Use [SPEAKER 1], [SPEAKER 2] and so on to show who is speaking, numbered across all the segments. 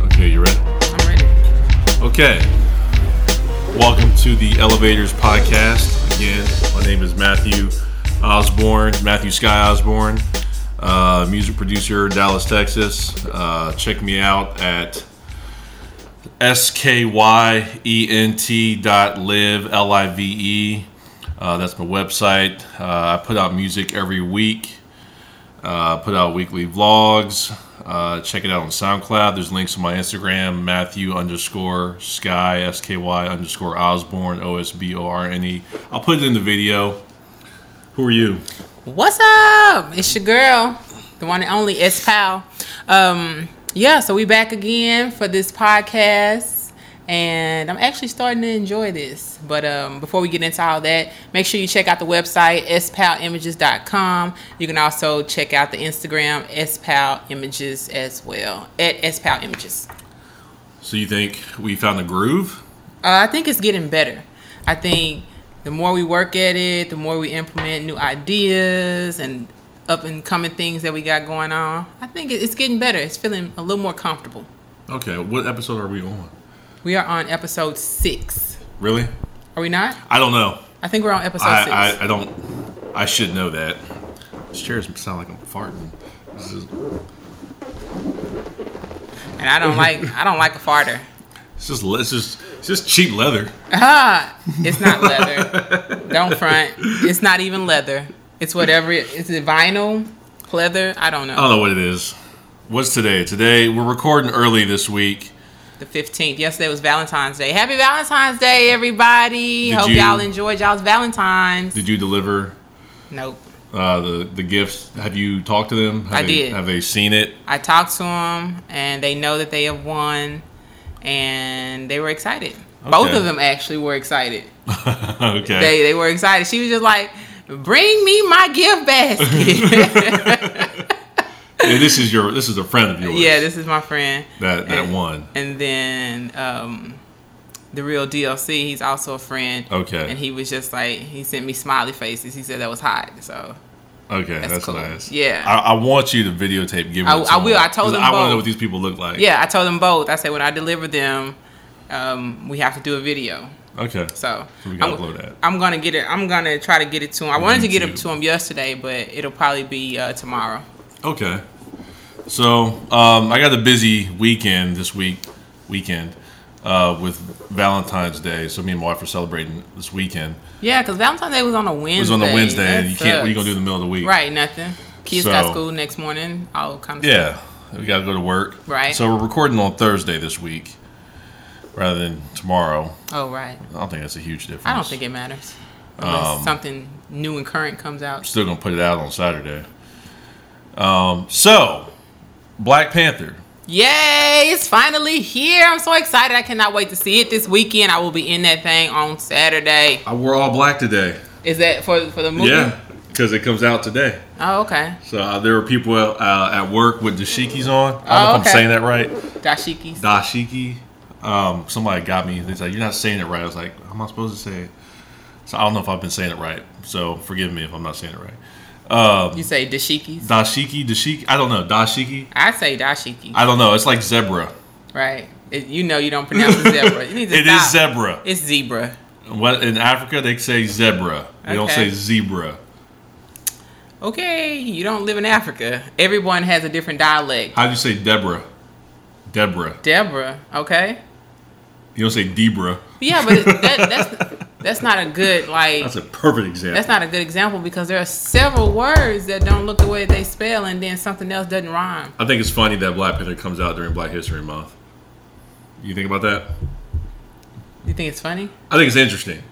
[SPEAKER 1] Okay, you ready?
[SPEAKER 2] I'm ready.
[SPEAKER 1] Okay. Welcome to the Elevators Podcast. Again, my name is Matthew Osborne, Matthew Sky Osborne, uh, music producer, Dallas, Texas. Uh, check me out at skyent E dot live l i v e. Uh, that's my website. Uh, I put out music every week. Uh, put out weekly vlogs. Uh, check it out on SoundCloud. There's links on my Instagram, Matthew underscore Sky S K Y underscore Osborne O S B O R N E. I'll put it in the video. Who are you?
[SPEAKER 2] What's up? It's your girl, the one and only S Pal. Um, yeah, so we back again for this podcast, and I'm actually starting to enjoy this. But um, before we get into all that, make sure you check out the website spalimages.com. You can also check out the Instagram spalimages as well at spalimages.
[SPEAKER 1] So you think we found the groove?
[SPEAKER 2] Uh, I think it's getting better. I think the more we work at it, the more we implement new ideas and up and coming things that we got going on. I think it- it's getting better. It's feeling a little more comfortable.
[SPEAKER 1] Okay. What episode are we on?
[SPEAKER 2] We are on episode six.
[SPEAKER 1] Really?
[SPEAKER 2] Are we not?
[SPEAKER 1] I don't know.
[SPEAKER 2] I think we're on episode
[SPEAKER 1] I,
[SPEAKER 2] six.
[SPEAKER 1] I, I don't. I should know that. These chairs sound like I'm farting. This is,
[SPEAKER 2] and I don't like I don't like a farter.
[SPEAKER 1] it's just le- it's just it's just cheap leather.
[SPEAKER 2] Ah, it's not leather. don't front. It's not even leather. It's whatever. It, is it vinyl, leather? I don't know.
[SPEAKER 1] I don't know what it is. What's today? Today we're recording early this week.
[SPEAKER 2] The 15th. Yesterday was Valentine's Day. Happy Valentine's Day, everybody.
[SPEAKER 1] Did
[SPEAKER 2] Hope
[SPEAKER 1] you-
[SPEAKER 2] all enjoyed y'all's Valentine's.
[SPEAKER 1] Did you deliver
[SPEAKER 2] nope.
[SPEAKER 1] uh, the the gifts? Have you talked to them? Have
[SPEAKER 2] I
[SPEAKER 1] they,
[SPEAKER 2] did.
[SPEAKER 1] Have they seen it?
[SPEAKER 2] I talked to them, and they know that they have won, and they were excited. Both
[SPEAKER 1] Okay.
[SPEAKER 2] of them actually were excited.
[SPEAKER 1] okay.
[SPEAKER 2] They, they were excited. She was just like, bring me my gift basket.
[SPEAKER 1] And this is your this is a friend of yours.
[SPEAKER 2] yeah, this is my friend.
[SPEAKER 1] that that
[SPEAKER 2] and-
[SPEAKER 1] one.
[SPEAKER 2] And then um, the real DLC, he's also a friend.
[SPEAKER 1] Okay.
[SPEAKER 2] And he was just like, he sent me smiley faces. He said that was hot. So
[SPEAKER 1] Okay, that's,
[SPEAKER 2] That's cool.
[SPEAKER 1] nice.
[SPEAKER 2] Yeah.
[SPEAKER 1] I, I want you to videotape giving.
[SPEAKER 2] I-
[SPEAKER 1] it to
[SPEAKER 2] I will.
[SPEAKER 1] them,
[SPEAKER 2] I told
[SPEAKER 1] 'cause
[SPEAKER 2] them
[SPEAKER 1] I want to
[SPEAKER 2] both.
[SPEAKER 1] know what these people look like.
[SPEAKER 2] Yeah, I told them both. I said when I deliver them, um, we have to do a video.
[SPEAKER 1] Okay.
[SPEAKER 2] So
[SPEAKER 1] We
[SPEAKER 2] I'm,
[SPEAKER 1] gotta upload that.
[SPEAKER 2] I'm gonna get it. I'm gonna try to get it to him. I wanted to get it
[SPEAKER 1] too.
[SPEAKER 2] to him yesterday, but it'll probably be uh, tomorrow.
[SPEAKER 1] Okay. So um, I got a busy weekend this week, weekend uh, with Valentine's Day. So me and my wife are celebrating this weekend.
[SPEAKER 2] Yeah, because Valentine's Day was on a Wednesday.
[SPEAKER 1] It was on the Wednesday,
[SPEAKER 2] That
[SPEAKER 1] and you can't. What are you gonna do in
[SPEAKER 2] sucks.
[SPEAKER 1] the middle of the week?
[SPEAKER 2] Right, nothing. Kids got
[SPEAKER 1] So-
[SPEAKER 2] school next morning. All kind of
[SPEAKER 1] Yeah, we got to go to work.
[SPEAKER 2] Right.
[SPEAKER 1] So we're recording on Thursday this week, rather than tomorrow.
[SPEAKER 2] Stuff. Oh right.
[SPEAKER 1] I don't think that's a huge difference.
[SPEAKER 2] I don't think it matters unless
[SPEAKER 1] Um,
[SPEAKER 2] something new and current comes out.
[SPEAKER 1] Still gonna put it out on Saturday. Um. So, Black Panther.
[SPEAKER 2] Yay! It's finally here. I'm so excited. I cannot wait to see it this weekend. I will be in that thing on Saturday.
[SPEAKER 1] I wore Uh, all black today.
[SPEAKER 2] Is that for for the movie?
[SPEAKER 1] Yeah, because it comes out today.
[SPEAKER 2] Oh, okay.
[SPEAKER 1] So uh, there were people uh, at work with dashikis on. I don't know
[SPEAKER 2] Oh,
[SPEAKER 1] if I'm
[SPEAKER 2] okay.
[SPEAKER 1] saying that right.
[SPEAKER 2] Dashikis.
[SPEAKER 1] Dashiki. Um, somebody got me. They said you're not saying it right. I was like, how am I supposed to say it? So I don't know if I've been saying it right. So forgive me if I'm not saying it right.
[SPEAKER 2] You say dashikis.
[SPEAKER 1] Dashiki, dashiki. I don't know. Dashiki.
[SPEAKER 2] I say dashiki.
[SPEAKER 1] I don't know. It's like zebra.
[SPEAKER 2] right. It- you know you don't pronounce it zebra. You need to
[SPEAKER 1] It
[SPEAKER 2] stop.
[SPEAKER 1] is zebra.
[SPEAKER 2] It's zebra.
[SPEAKER 1] What in Africa they say zebra. They don't say
[SPEAKER 2] Okay.
[SPEAKER 1] zebra.
[SPEAKER 2] Okay, you don't live in Africa. Everyone has a different dialect.
[SPEAKER 1] How do you say Deborah? Deborah.
[SPEAKER 2] Deborah. Okay.
[SPEAKER 1] You don't say Debra.
[SPEAKER 2] Yeah, but that, that's that's not a good like.
[SPEAKER 1] That's a perfect example.
[SPEAKER 2] that's not a good example because there are several words that don't look the way they spell, and then something else doesn't rhyme.
[SPEAKER 1] I think it's funny that Black Panther comes out during Black History Month. You think about that?
[SPEAKER 2] You think it's funny?
[SPEAKER 1] I think it's interesting.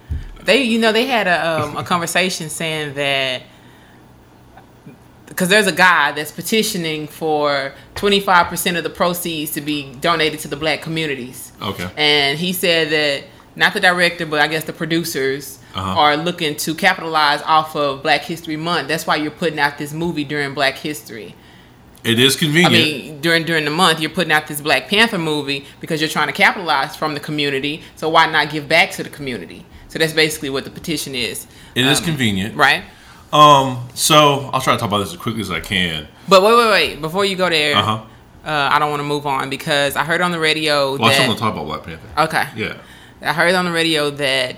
[SPEAKER 2] They, you know, they had a um, a conversation saying that because there's a guy that's petitioning for 25% of the proceeds to be donated to the black communities.
[SPEAKER 1] Okay.
[SPEAKER 2] And he said that not the director, but I guess the producers
[SPEAKER 1] Uh-huh.
[SPEAKER 2] are looking to capitalize off of Black History Month. That's why you're putting out this movie during Black History.
[SPEAKER 1] It is
[SPEAKER 2] I
[SPEAKER 1] convenient.
[SPEAKER 2] mean, during during the month, you're putting out this Black Panther movie because you're trying to capitalize from the community. So why not give back to the community? So that's basically what the petition is,
[SPEAKER 1] it is convenient.
[SPEAKER 2] right?
[SPEAKER 1] Um, so I'll try to talk about this as quickly as I can.
[SPEAKER 2] But wait, wait, wait! Before you go there,
[SPEAKER 1] Uh huh.
[SPEAKER 2] uh, I don't want to move on because I heard on the radio
[SPEAKER 1] Well, I still
[SPEAKER 2] that
[SPEAKER 1] want to talk about Black Panther.
[SPEAKER 2] okay,
[SPEAKER 1] Yeah.
[SPEAKER 2] I heard on the radio that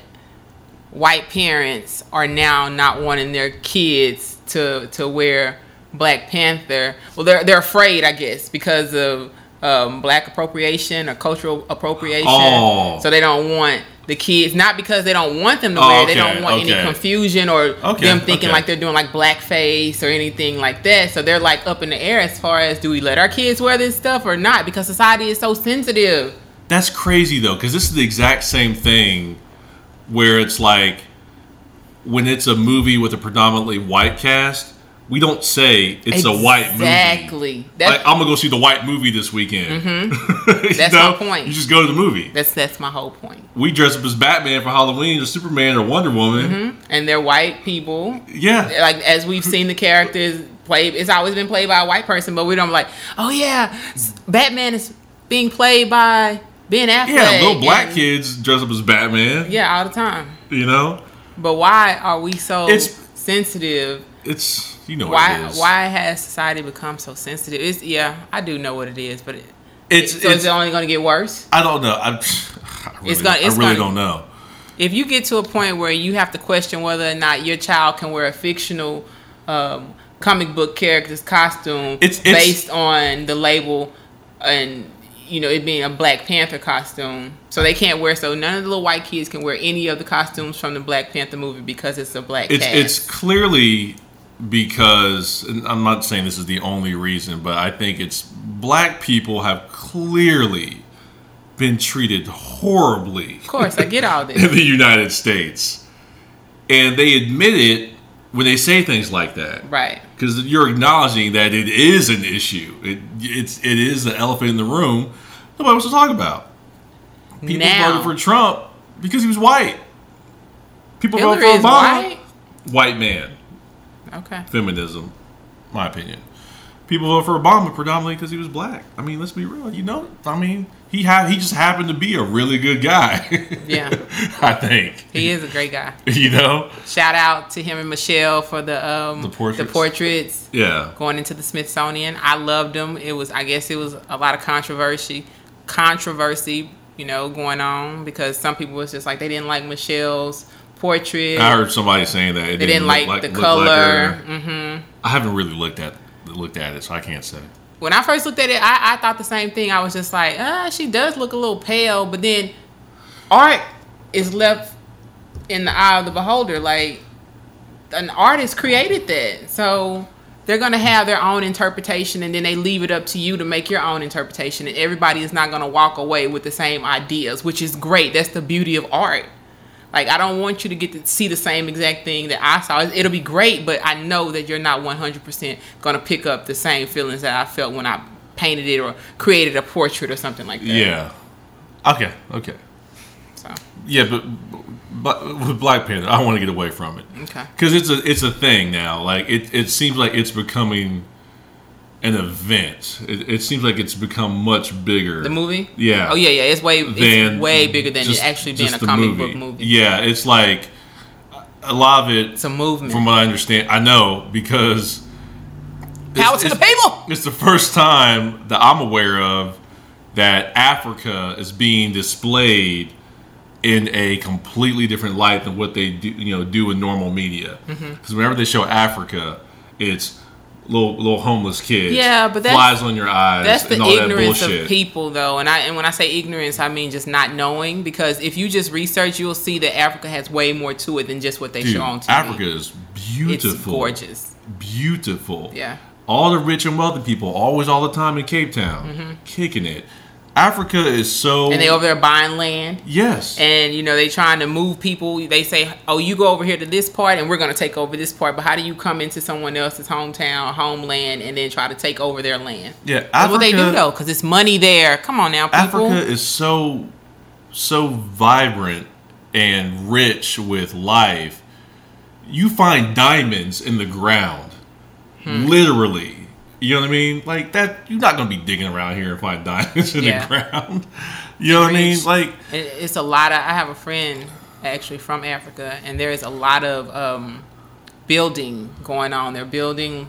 [SPEAKER 2] white parents are now not wanting their kids to to wear Black Panther. Well, they're they're afraid, I guess, because of um, black appropriation or cultural appropriation.
[SPEAKER 1] Oh.
[SPEAKER 2] So they don't want the kids, not because they don't want them to
[SPEAKER 1] Oh,
[SPEAKER 2] wear. it, They
[SPEAKER 1] okay,
[SPEAKER 2] don't want
[SPEAKER 1] okay.
[SPEAKER 2] any confusion or
[SPEAKER 1] Okay,
[SPEAKER 2] them thinking
[SPEAKER 1] okay.
[SPEAKER 2] like they're doing like blackface or anything like that. So they're like up in the air as far as do we let our kids wear this stuff or not? Because society is so sensitive.
[SPEAKER 1] That's crazy though, because this is the exact same thing where it's like when it's a movie with a predominantly white cast, we don't say it's a white movie.
[SPEAKER 2] Exactly.
[SPEAKER 1] Like,
[SPEAKER 2] That's
[SPEAKER 1] I'm gonna go see the white movie this weekend. You
[SPEAKER 2] Mm-hmm. That's
[SPEAKER 1] know?
[SPEAKER 2] my point.
[SPEAKER 1] You just go to the movie.
[SPEAKER 2] That's that's my whole point.
[SPEAKER 1] We dress up as Batman for Halloween, or Superman, or Wonder Woman.
[SPEAKER 2] And they're white people.
[SPEAKER 1] Yeah,
[SPEAKER 2] Like as we've seen the characters played, it's always been played by a white person, but we don't like, oh yeah, s- Batman is being played by Ben Affleck.
[SPEAKER 1] yeah. Little black
[SPEAKER 2] and-
[SPEAKER 1] kids dress up as Batman.
[SPEAKER 2] Yeah, all the time.
[SPEAKER 1] You know,
[SPEAKER 2] But why are we so
[SPEAKER 1] It's-
[SPEAKER 2] sensitive?
[SPEAKER 1] it's you know
[SPEAKER 2] Why
[SPEAKER 1] what it is.
[SPEAKER 2] why has society become so sensitive? It's yeah, I do know what it is, but it,
[SPEAKER 1] It's,
[SPEAKER 2] so
[SPEAKER 1] it's
[SPEAKER 2] it's only going to get worse.
[SPEAKER 1] I don't know. I, I really,
[SPEAKER 2] gonna-
[SPEAKER 1] I
[SPEAKER 2] it's
[SPEAKER 1] really
[SPEAKER 2] gonna-
[SPEAKER 1] don't know.
[SPEAKER 2] if you get to a point where you have to question whether or not your child can wear a fictional um, comic book character's costume
[SPEAKER 1] It's- it's-
[SPEAKER 2] based on the label and you know it being a black panther costume so they can't wear so none of the little white kids can wear any of the costumes from the black panther movie because it's a black
[SPEAKER 1] It's
[SPEAKER 2] cast.
[SPEAKER 1] it's clearly because and I'm not saying this is the only reason, but I think it's black people have clearly been treated horribly
[SPEAKER 2] of course i get all
[SPEAKER 1] in
[SPEAKER 2] this
[SPEAKER 1] the United States, and they admit it when they say things like that.
[SPEAKER 2] right
[SPEAKER 1] because you're acknowledging that it is an issue. It it's it is the elephant in the room. Nobody wants to talk about. People
[SPEAKER 2] Now-
[SPEAKER 1] voted for Trump because he was white. People
[SPEAKER 2] hillary
[SPEAKER 1] voted
[SPEAKER 2] is
[SPEAKER 1] for Obama.
[SPEAKER 2] white
[SPEAKER 1] white man
[SPEAKER 2] okay
[SPEAKER 1] feminism, my opinion. People vote for Obama predominantly because he was black. I mean, let's be real. You know, I mean, he ha- he just happened to be a really good guy.
[SPEAKER 2] Yeah.
[SPEAKER 1] I think
[SPEAKER 2] he is a great guy
[SPEAKER 1] you know.
[SPEAKER 2] shout out to him and michelle for the um
[SPEAKER 1] The portraits.
[SPEAKER 2] the portraits
[SPEAKER 1] Yeah,
[SPEAKER 2] going into the Smithsonian. I loved them. It was, I guess, it was a lot of controversy, controversy, you know, going on because some people was just like they didn't like Michelle's portrait.
[SPEAKER 1] I heard somebody saying that it
[SPEAKER 2] they didn't
[SPEAKER 1] look
[SPEAKER 2] like, the
[SPEAKER 1] look like her.
[SPEAKER 2] color. Mm.
[SPEAKER 1] I haven't really looked at looked at it, so I can't say.
[SPEAKER 2] When I first looked at it, I, I thought the same thing. I was just like, ah, she does look a little pale, but then art is left in the eye of the beholder. Like an artist created that, so they're gonna have their own interpretation, and then they leave it up to you to make your own interpretation. And everybody is not gonna walk away with the same ideas, which is great. That's the beauty of art. Like I don't want you to get to see the same exact thing that I saw. It'll be great, but I know that you're not 100% gonna pick up the same feelings that I felt when I painted it or created a portrait or something like that.
[SPEAKER 1] Yeah. Okay. Okay.
[SPEAKER 2] So
[SPEAKER 1] Yeah, but, but with Black Panther, I want to get away from it
[SPEAKER 2] okay.
[SPEAKER 1] because it's a it's a thing now. Like it, it seems like it's becoming an event. It, it seems like it's become much bigger.
[SPEAKER 2] The movie?
[SPEAKER 1] Yeah.
[SPEAKER 2] Oh yeah, yeah. It's way
[SPEAKER 1] Than
[SPEAKER 2] it's way bigger than
[SPEAKER 1] just-
[SPEAKER 2] it actually being
[SPEAKER 1] just
[SPEAKER 2] a
[SPEAKER 1] the
[SPEAKER 2] comic book movie.
[SPEAKER 1] Yeah, it's like a lot of it,
[SPEAKER 2] It's a movement.
[SPEAKER 1] from what I understand. I know because
[SPEAKER 2] Power
[SPEAKER 1] it's-
[SPEAKER 2] to the
[SPEAKER 1] it's-
[SPEAKER 2] people.
[SPEAKER 1] It's the first time that I'm aware of that Africa is being displayed in a completely different light than what they do, you know, do in normal media. Because
[SPEAKER 2] Mm-hmm.
[SPEAKER 1] whenever they show Africa, it's little little homeless kids,
[SPEAKER 2] Yeah, but that's-
[SPEAKER 1] flies on your eyes,
[SPEAKER 2] That's the
[SPEAKER 1] and all that
[SPEAKER 2] ignorance
[SPEAKER 1] bullshit.
[SPEAKER 2] of people though. And I and when I say ignorance, I mean just not knowing because if you just research, you'll see that Africa has way more to it than just what they
[SPEAKER 1] Dude,
[SPEAKER 2] show on TV.
[SPEAKER 1] Africa is
[SPEAKER 2] it's
[SPEAKER 1] beautiful,
[SPEAKER 2] gorgeous.
[SPEAKER 1] beautiful.
[SPEAKER 2] Yeah.
[SPEAKER 1] all the rich and wealthy people always all the time in Cape Town, kicking it. Africa is so
[SPEAKER 2] Mm-hmm. and they over there buying land.
[SPEAKER 1] yes.
[SPEAKER 2] And you know they trying to move people. They say, "Oh, you go over here to this part, and we're going to take over this part." But how do you come into someone else's hometown, homeland, and then try to take over their land?
[SPEAKER 1] yeah,
[SPEAKER 2] That's what they do
[SPEAKER 1] Africa-
[SPEAKER 2] though, because it's money there. Come on now, people.
[SPEAKER 1] Africa is so so vibrant and rich with life. You find diamonds in the ground,
[SPEAKER 2] Hmm.
[SPEAKER 1] literally. You know what I mean? Like that. You're not gonna be digging around here and find diamonds in
[SPEAKER 2] Yeah.
[SPEAKER 1] the ground. You know what I mean?
[SPEAKER 2] Rich.
[SPEAKER 1] Like
[SPEAKER 2] It- It's a lot of. I have a friend actually from Africa, and there is a lot of um, building going on. They're building,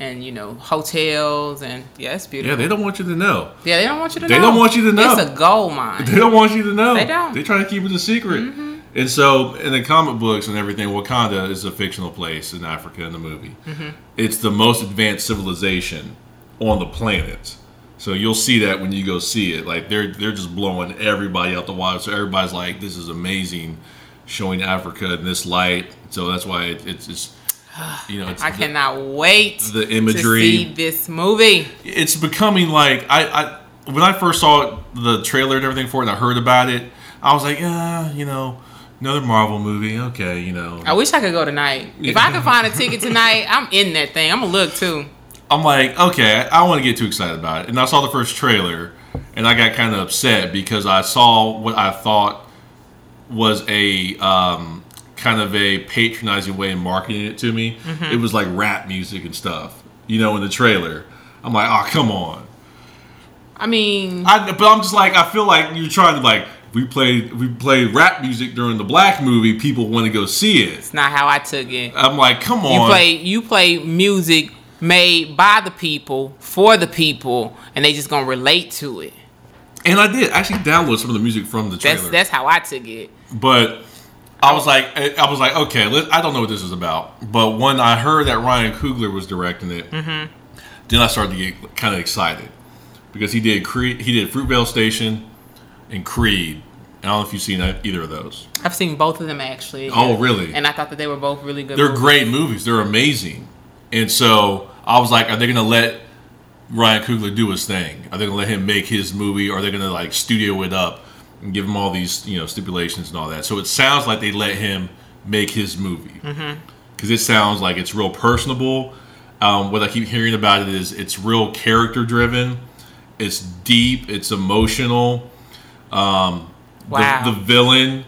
[SPEAKER 2] and you know, hotels, and yeah, it's
[SPEAKER 1] yeah,
[SPEAKER 2] beautiful.
[SPEAKER 1] they don't want you to know.
[SPEAKER 2] Yeah, they don't want you to.
[SPEAKER 1] They
[SPEAKER 2] know.
[SPEAKER 1] don't want you to know.
[SPEAKER 2] It's a gold mine.
[SPEAKER 1] They don't want you to know.
[SPEAKER 2] They don't. Mm-hmm.
[SPEAKER 1] They're trying to keep it a secret. And so, in the comic books and everything, Wakanda is a fictional place in Africa in the movie.
[SPEAKER 2] Mm-hmm.
[SPEAKER 1] It's the most advanced civilization on the planet. So you'll see that when you go see it. Like they're they're just blowing everybody out the water. So everybody's like, "This is amazing," showing Africa in this light. So that's why it, it's it's you know it's
[SPEAKER 2] I cannot wait.
[SPEAKER 1] the imagery.
[SPEAKER 2] to see this movie.
[SPEAKER 1] it's becoming like I, I when I first saw the trailer and everything for it and I heard about it, I was like, yeah, you know, another Marvel movie, okay, you know.
[SPEAKER 2] I wish I could go tonight. If I could find a ticket tonight, I'm in that thing. I'm gonna look too.
[SPEAKER 1] I'm like, okay, I don't want to get too excited about it. And I saw the first trailer and I got kind of upset because I saw what I thought was a um, kind of a patronizing way of marketing it to me. It was like rap music and stuff, you know, in the trailer. I'm like, oh, come on.
[SPEAKER 2] I mean,
[SPEAKER 1] I, but I'm just like I feel like you're trying to like we played we played rap music during the black movie. People want to go see it.
[SPEAKER 2] it's not how I took it.
[SPEAKER 1] I'm like, come
[SPEAKER 2] You
[SPEAKER 1] on,
[SPEAKER 2] play you play music made by the people for the people, and they just gonna relate to it.
[SPEAKER 1] and I did actually download some of the music from the
[SPEAKER 2] That's
[SPEAKER 1] trailer.
[SPEAKER 2] that's how I took it.
[SPEAKER 1] but I was like, eh, I I was like, okay, let, I don't know what this is about. But when I heard that Ryan Coogler was directing it,
[SPEAKER 2] Mm-hmm.
[SPEAKER 1] then I started to get kind of excited because he did Creed, he did Fruitvale Station and Creed. I don't know if you've seen either of those.
[SPEAKER 2] I've seen both of them actually.
[SPEAKER 1] Oh, really?
[SPEAKER 2] And I thought that they were both really good.
[SPEAKER 1] they're
[SPEAKER 2] movies.
[SPEAKER 1] great movies. They're amazing. And so I was like, are they gonna let Ryan Coogler do his thing? Are they gonna let him make his movie? Or are they gonna like studio it up and give him all these you know stipulations and all that? So it sounds like they let him make his movie because it sounds like it's real personable. Um, what I keep hearing about it is it's real character driven. It's deep. It's emotional the-
[SPEAKER 2] Wow.
[SPEAKER 1] the, villain.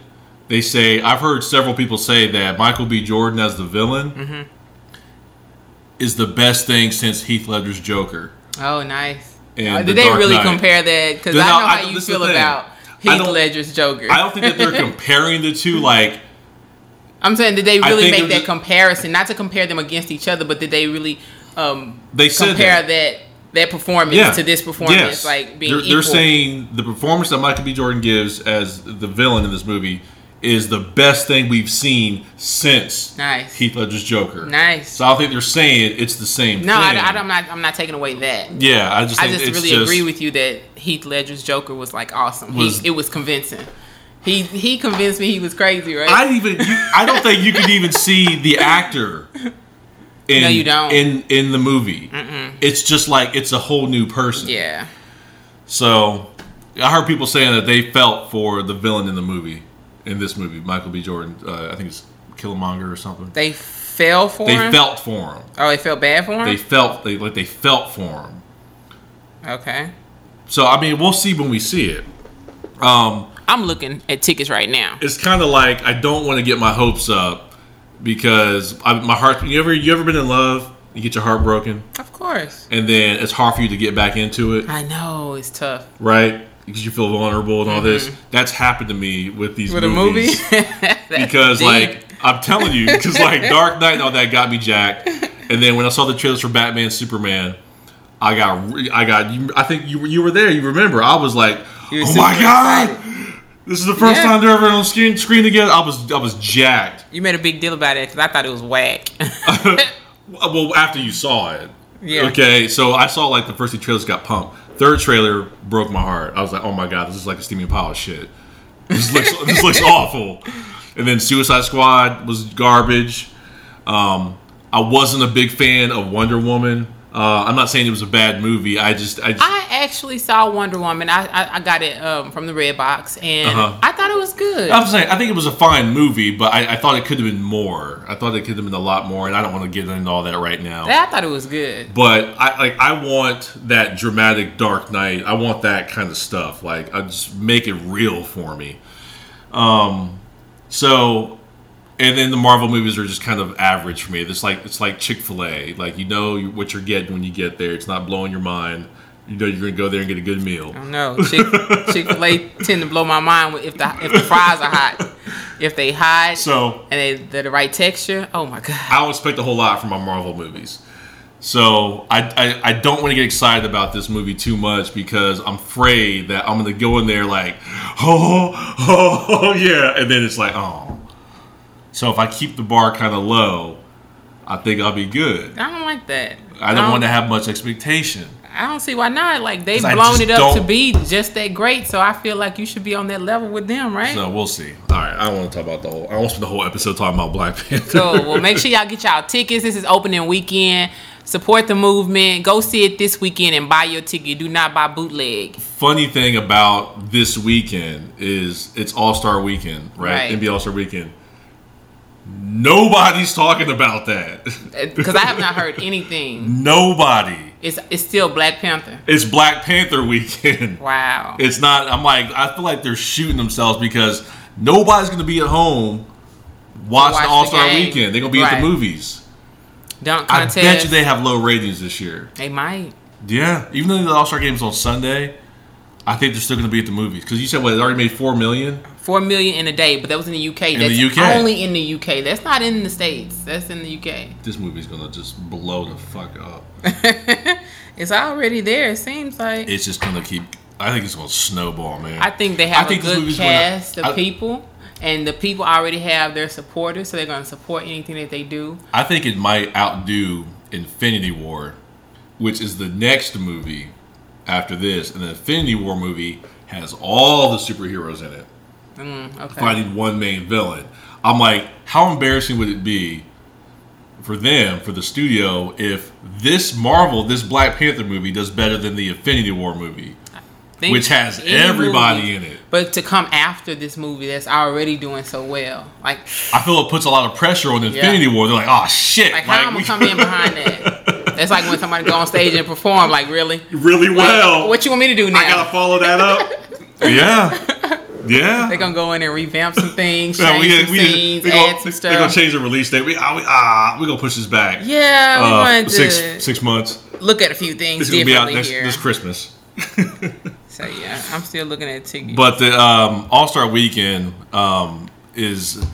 [SPEAKER 1] They say I've heard several people say that Michael B. Jordan as the villain
[SPEAKER 2] Mm-hmm.
[SPEAKER 1] is the best thing since Heath Ledger's Joker.
[SPEAKER 2] oh, nice.
[SPEAKER 1] And
[SPEAKER 2] Uh,
[SPEAKER 1] The
[SPEAKER 2] did they
[SPEAKER 1] Dark
[SPEAKER 2] really
[SPEAKER 1] Knight.
[SPEAKER 2] compare that? Because I
[SPEAKER 1] Then
[SPEAKER 2] know
[SPEAKER 1] I- I-
[SPEAKER 2] how you
[SPEAKER 1] this is the
[SPEAKER 2] feel
[SPEAKER 1] thing.
[SPEAKER 2] about
[SPEAKER 1] I
[SPEAKER 2] Heath
[SPEAKER 1] don't-
[SPEAKER 2] Ledger's Joker.
[SPEAKER 1] I don't think that they're comparing the two. Like
[SPEAKER 2] I'm saying, did they
[SPEAKER 1] I
[SPEAKER 2] really
[SPEAKER 1] think
[SPEAKER 2] make
[SPEAKER 1] it
[SPEAKER 2] that
[SPEAKER 1] was-
[SPEAKER 2] comparison? Not to compare them against each other, but did they really um,
[SPEAKER 1] They said
[SPEAKER 2] compare
[SPEAKER 1] that.
[SPEAKER 2] that that performance
[SPEAKER 1] yeah,
[SPEAKER 2] to this performance?
[SPEAKER 1] yes.
[SPEAKER 2] Like being
[SPEAKER 1] they're,
[SPEAKER 2] equal.
[SPEAKER 1] they're saying the performance that Michael B. Jordan gives as the villain in this movie is the best thing we've seen since
[SPEAKER 2] Nice.
[SPEAKER 1] Heath Ledger's Joker.
[SPEAKER 2] Nice.
[SPEAKER 1] So I don't think they're saying it's the same.
[SPEAKER 2] no,
[SPEAKER 1] thing.
[SPEAKER 2] I, am not. I'm not taking away that.
[SPEAKER 1] Yeah, I just
[SPEAKER 2] I
[SPEAKER 1] think
[SPEAKER 2] just
[SPEAKER 1] it's
[SPEAKER 2] really
[SPEAKER 1] just,
[SPEAKER 2] agree with you that Heath Ledger's Joker was like awesome.
[SPEAKER 1] Was-
[SPEAKER 2] he, it was convincing. He he convinced me he was crazy, right?
[SPEAKER 1] I even you, I don't think you could even see the actor. In,
[SPEAKER 2] No, you don't.
[SPEAKER 1] In in the movie, it's just like it's a whole new person.
[SPEAKER 2] yeah.
[SPEAKER 1] So I heard people saying that they felt for the villain in the movie, in this movie, Michael B. Jordan. Uh, I think it's Killmonger or something.
[SPEAKER 2] They fell for
[SPEAKER 1] They
[SPEAKER 2] him.
[SPEAKER 1] felt for him.
[SPEAKER 2] oh, they felt bad for him.
[SPEAKER 1] They felt they like they felt for him.
[SPEAKER 2] okay.
[SPEAKER 1] So I mean, we'll see when we see it. Um,
[SPEAKER 2] I'm looking at tickets right now.
[SPEAKER 1] it's kind of like I don't want to get my hopes up because I, my heart. You ever you ever been in love? You get your heart broken,
[SPEAKER 2] Of course.
[SPEAKER 1] and then it's hard for you to get back into it,
[SPEAKER 2] I know it's tough.
[SPEAKER 1] right? Because you feel vulnerable and all this. That's happened to me with these
[SPEAKER 2] Mm-hmm. With
[SPEAKER 1] movies.
[SPEAKER 2] a movie. That's
[SPEAKER 1] because
[SPEAKER 2] deep.
[SPEAKER 1] like I'm telling you, because like Dark Knight and all that got me jacked, and then when I saw the trailers for Batman Superman, I got re- I got you. I think you were- you were there. You remember? I was like,
[SPEAKER 2] You were
[SPEAKER 1] oh my
[SPEAKER 2] super
[SPEAKER 1] god, this is the first
[SPEAKER 2] Yeah.
[SPEAKER 1] time they're ever on screen screen together. I was I was jacked.
[SPEAKER 2] You made a big deal about it because I thought it was whack.
[SPEAKER 1] well, after you saw it,
[SPEAKER 2] Yeah.
[SPEAKER 1] Okay, so I saw like the first two trailers got pumped. Third trailer broke my heart. I was like, oh my god, this is like a steaming pile of shit. This looks this looks awful. And then Suicide Squad was garbage. Um, I wasn't a big fan of Wonder Woman. Uh, I'm not saying it was a bad movie. I just, I, just,
[SPEAKER 2] I actually saw Wonder Woman. I I, I got it um, from the Red Box, and
[SPEAKER 1] Uh-huh.
[SPEAKER 2] I thought it was good.
[SPEAKER 1] I'm saying I think it was a fine movie, but I, I thought it could have been more. I thought it could have been a lot more, and I don't want to get into all that right now.
[SPEAKER 2] I thought it was good.
[SPEAKER 1] But I like I want that dramatic Dark Knight. I want that kind of stuff. Like I just make it real for me. Um, so, and then the Marvel movies are just kind of average for me. It's like it's like Chick Fil A. Like you know what you're getting when you get there. It's not blowing your mind. You know you're gonna go there and get a good meal.
[SPEAKER 2] No, Chick Chick Fil A tend to blow my mind with if the if the fries are hot, if they hot
[SPEAKER 1] So
[SPEAKER 2] and they they're the right texture. Oh my god!
[SPEAKER 1] I don't expect a whole lot from my Marvel movies. So I, I, I don't want to get excited about this movie too much because I'm afraid that I'm gonna go in there like, oh, oh, oh yeah, and then it's like, oh. So if I keep the bar kind of low, I think I'll be good.
[SPEAKER 2] I don't like that.
[SPEAKER 1] I don't want to have much expectation.
[SPEAKER 2] I don't see why not. Like they've
[SPEAKER 1] 'Cause I
[SPEAKER 2] blown
[SPEAKER 1] just
[SPEAKER 2] it up to
[SPEAKER 1] don't-
[SPEAKER 2] be just that great, so I feel like you should be on that level with them, right?
[SPEAKER 1] So we'll see. All right, I don't want to talk about the whole. I want to spend the whole episode talking about Black Panther.
[SPEAKER 2] So, well, make sure y'all get y'all tickets. This is opening weekend. Support the movement. Go see it this weekend and buy your ticket. Do not buy bootleg.
[SPEAKER 1] funny thing about this weekend is it's All Star Weekend, right?
[SPEAKER 2] Right.
[SPEAKER 1] NBA All Star Weekend. Nobody's talking about that.
[SPEAKER 2] Because Uh, I have not heard anything.
[SPEAKER 1] Nobody.
[SPEAKER 2] It's it's still Black Panther.
[SPEAKER 1] It's Black Panther weekend.
[SPEAKER 2] Wow.
[SPEAKER 1] It's not. I'm like, I feel like they're shooting themselves because nobody's gonna be at home watching
[SPEAKER 2] watch the
[SPEAKER 1] All Star
[SPEAKER 2] game.
[SPEAKER 1] Weekend. They're gonna be at
[SPEAKER 2] Right.
[SPEAKER 1] the movies.
[SPEAKER 2] Dunk
[SPEAKER 1] I
[SPEAKER 2] contest.
[SPEAKER 1] bet you they have low ratings this year.
[SPEAKER 2] They might.
[SPEAKER 1] Yeah, even though the All Star game's on Sunday, I think they're still gonna be at the movies because you said what? They already made four million.
[SPEAKER 2] Four million in a day, but that was in the UK. In That's
[SPEAKER 1] the UK.
[SPEAKER 2] Only in the UK. That's not in the States. That's in the UK.
[SPEAKER 1] This movie's gonna just blow the fuck up.
[SPEAKER 2] It's already there, it seems like.
[SPEAKER 1] it's just gonna keep. I think it's gonna snowball, man.
[SPEAKER 2] I think they have
[SPEAKER 1] I think
[SPEAKER 2] a
[SPEAKER 1] this
[SPEAKER 2] good
[SPEAKER 1] movie's gonna-
[SPEAKER 2] cast of
[SPEAKER 1] I-
[SPEAKER 2] people, and the people already have their supporters, so they're going to support anything that they do.
[SPEAKER 1] I think it might outdo Infinity War, which is the next movie after this, and the Infinity War movie has all the superheroes in it,
[SPEAKER 2] Mm, okay.
[SPEAKER 1] fighting one main villain. I'm like, how embarrassing would it be for them, for the studio, if this Marvel, this Black Panther movie, does better than the Infinity War movie,
[SPEAKER 2] Think
[SPEAKER 1] which has
[SPEAKER 2] any
[SPEAKER 1] everybody
[SPEAKER 2] movie,
[SPEAKER 1] in it?
[SPEAKER 2] But to come after this movie that's already doing so well, like,
[SPEAKER 1] I feel it puts a lot of pressure on Infinity War. They're like, oh shit,
[SPEAKER 2] like how am I
[SPEAKER 1] we-
[SPEAKER 2] gonna come in behind that? That's like when somebody go on stage and perform, like really.
[SPEAKER 1] really well.
[SPEAKER 2] what you want me to do now?
[SPEAKER 1] I gotta follow that up. yeah, yeah.
[SPEAKER 2] They're gonna go in and revamp some things,
[SPEAKER 1] Yeah,
[SPEAKER 2] change
[SPEAKER 1] we-
[SPEAKER 2] some
[SPEAKER 1] we-
[SPEAKER 2] scenes,
[SPEAKER 1] they
[SPEAKER 2] add
[SPEAKER 1] gonna,
[SPEAKER 2] some
[SPEAKER 1] They're gonna
[SPEAKER 2] stuff.
[SPEAKER 1] change the release date. We, ah, we, ah, we're gonna push this back.
[SPEAKER 2] yeah, we're
[SPEAKER 1] Uh,
[SPEAKER 2] going to
[SPEAKER 1] six six months.
[SPEAKER 2] look at a few things
[SPEAKER 1] It's gonna be out
[SPEAKER 2] differently
[SPEAKER 1] next,
[SPEAKER 2] here.
[SPEAKER 1] this Christmas.
[SPEAKER 2] so yeah, I'm still looking at tickets.
[SPEAKER 1] But the um, All Star Weekend um, is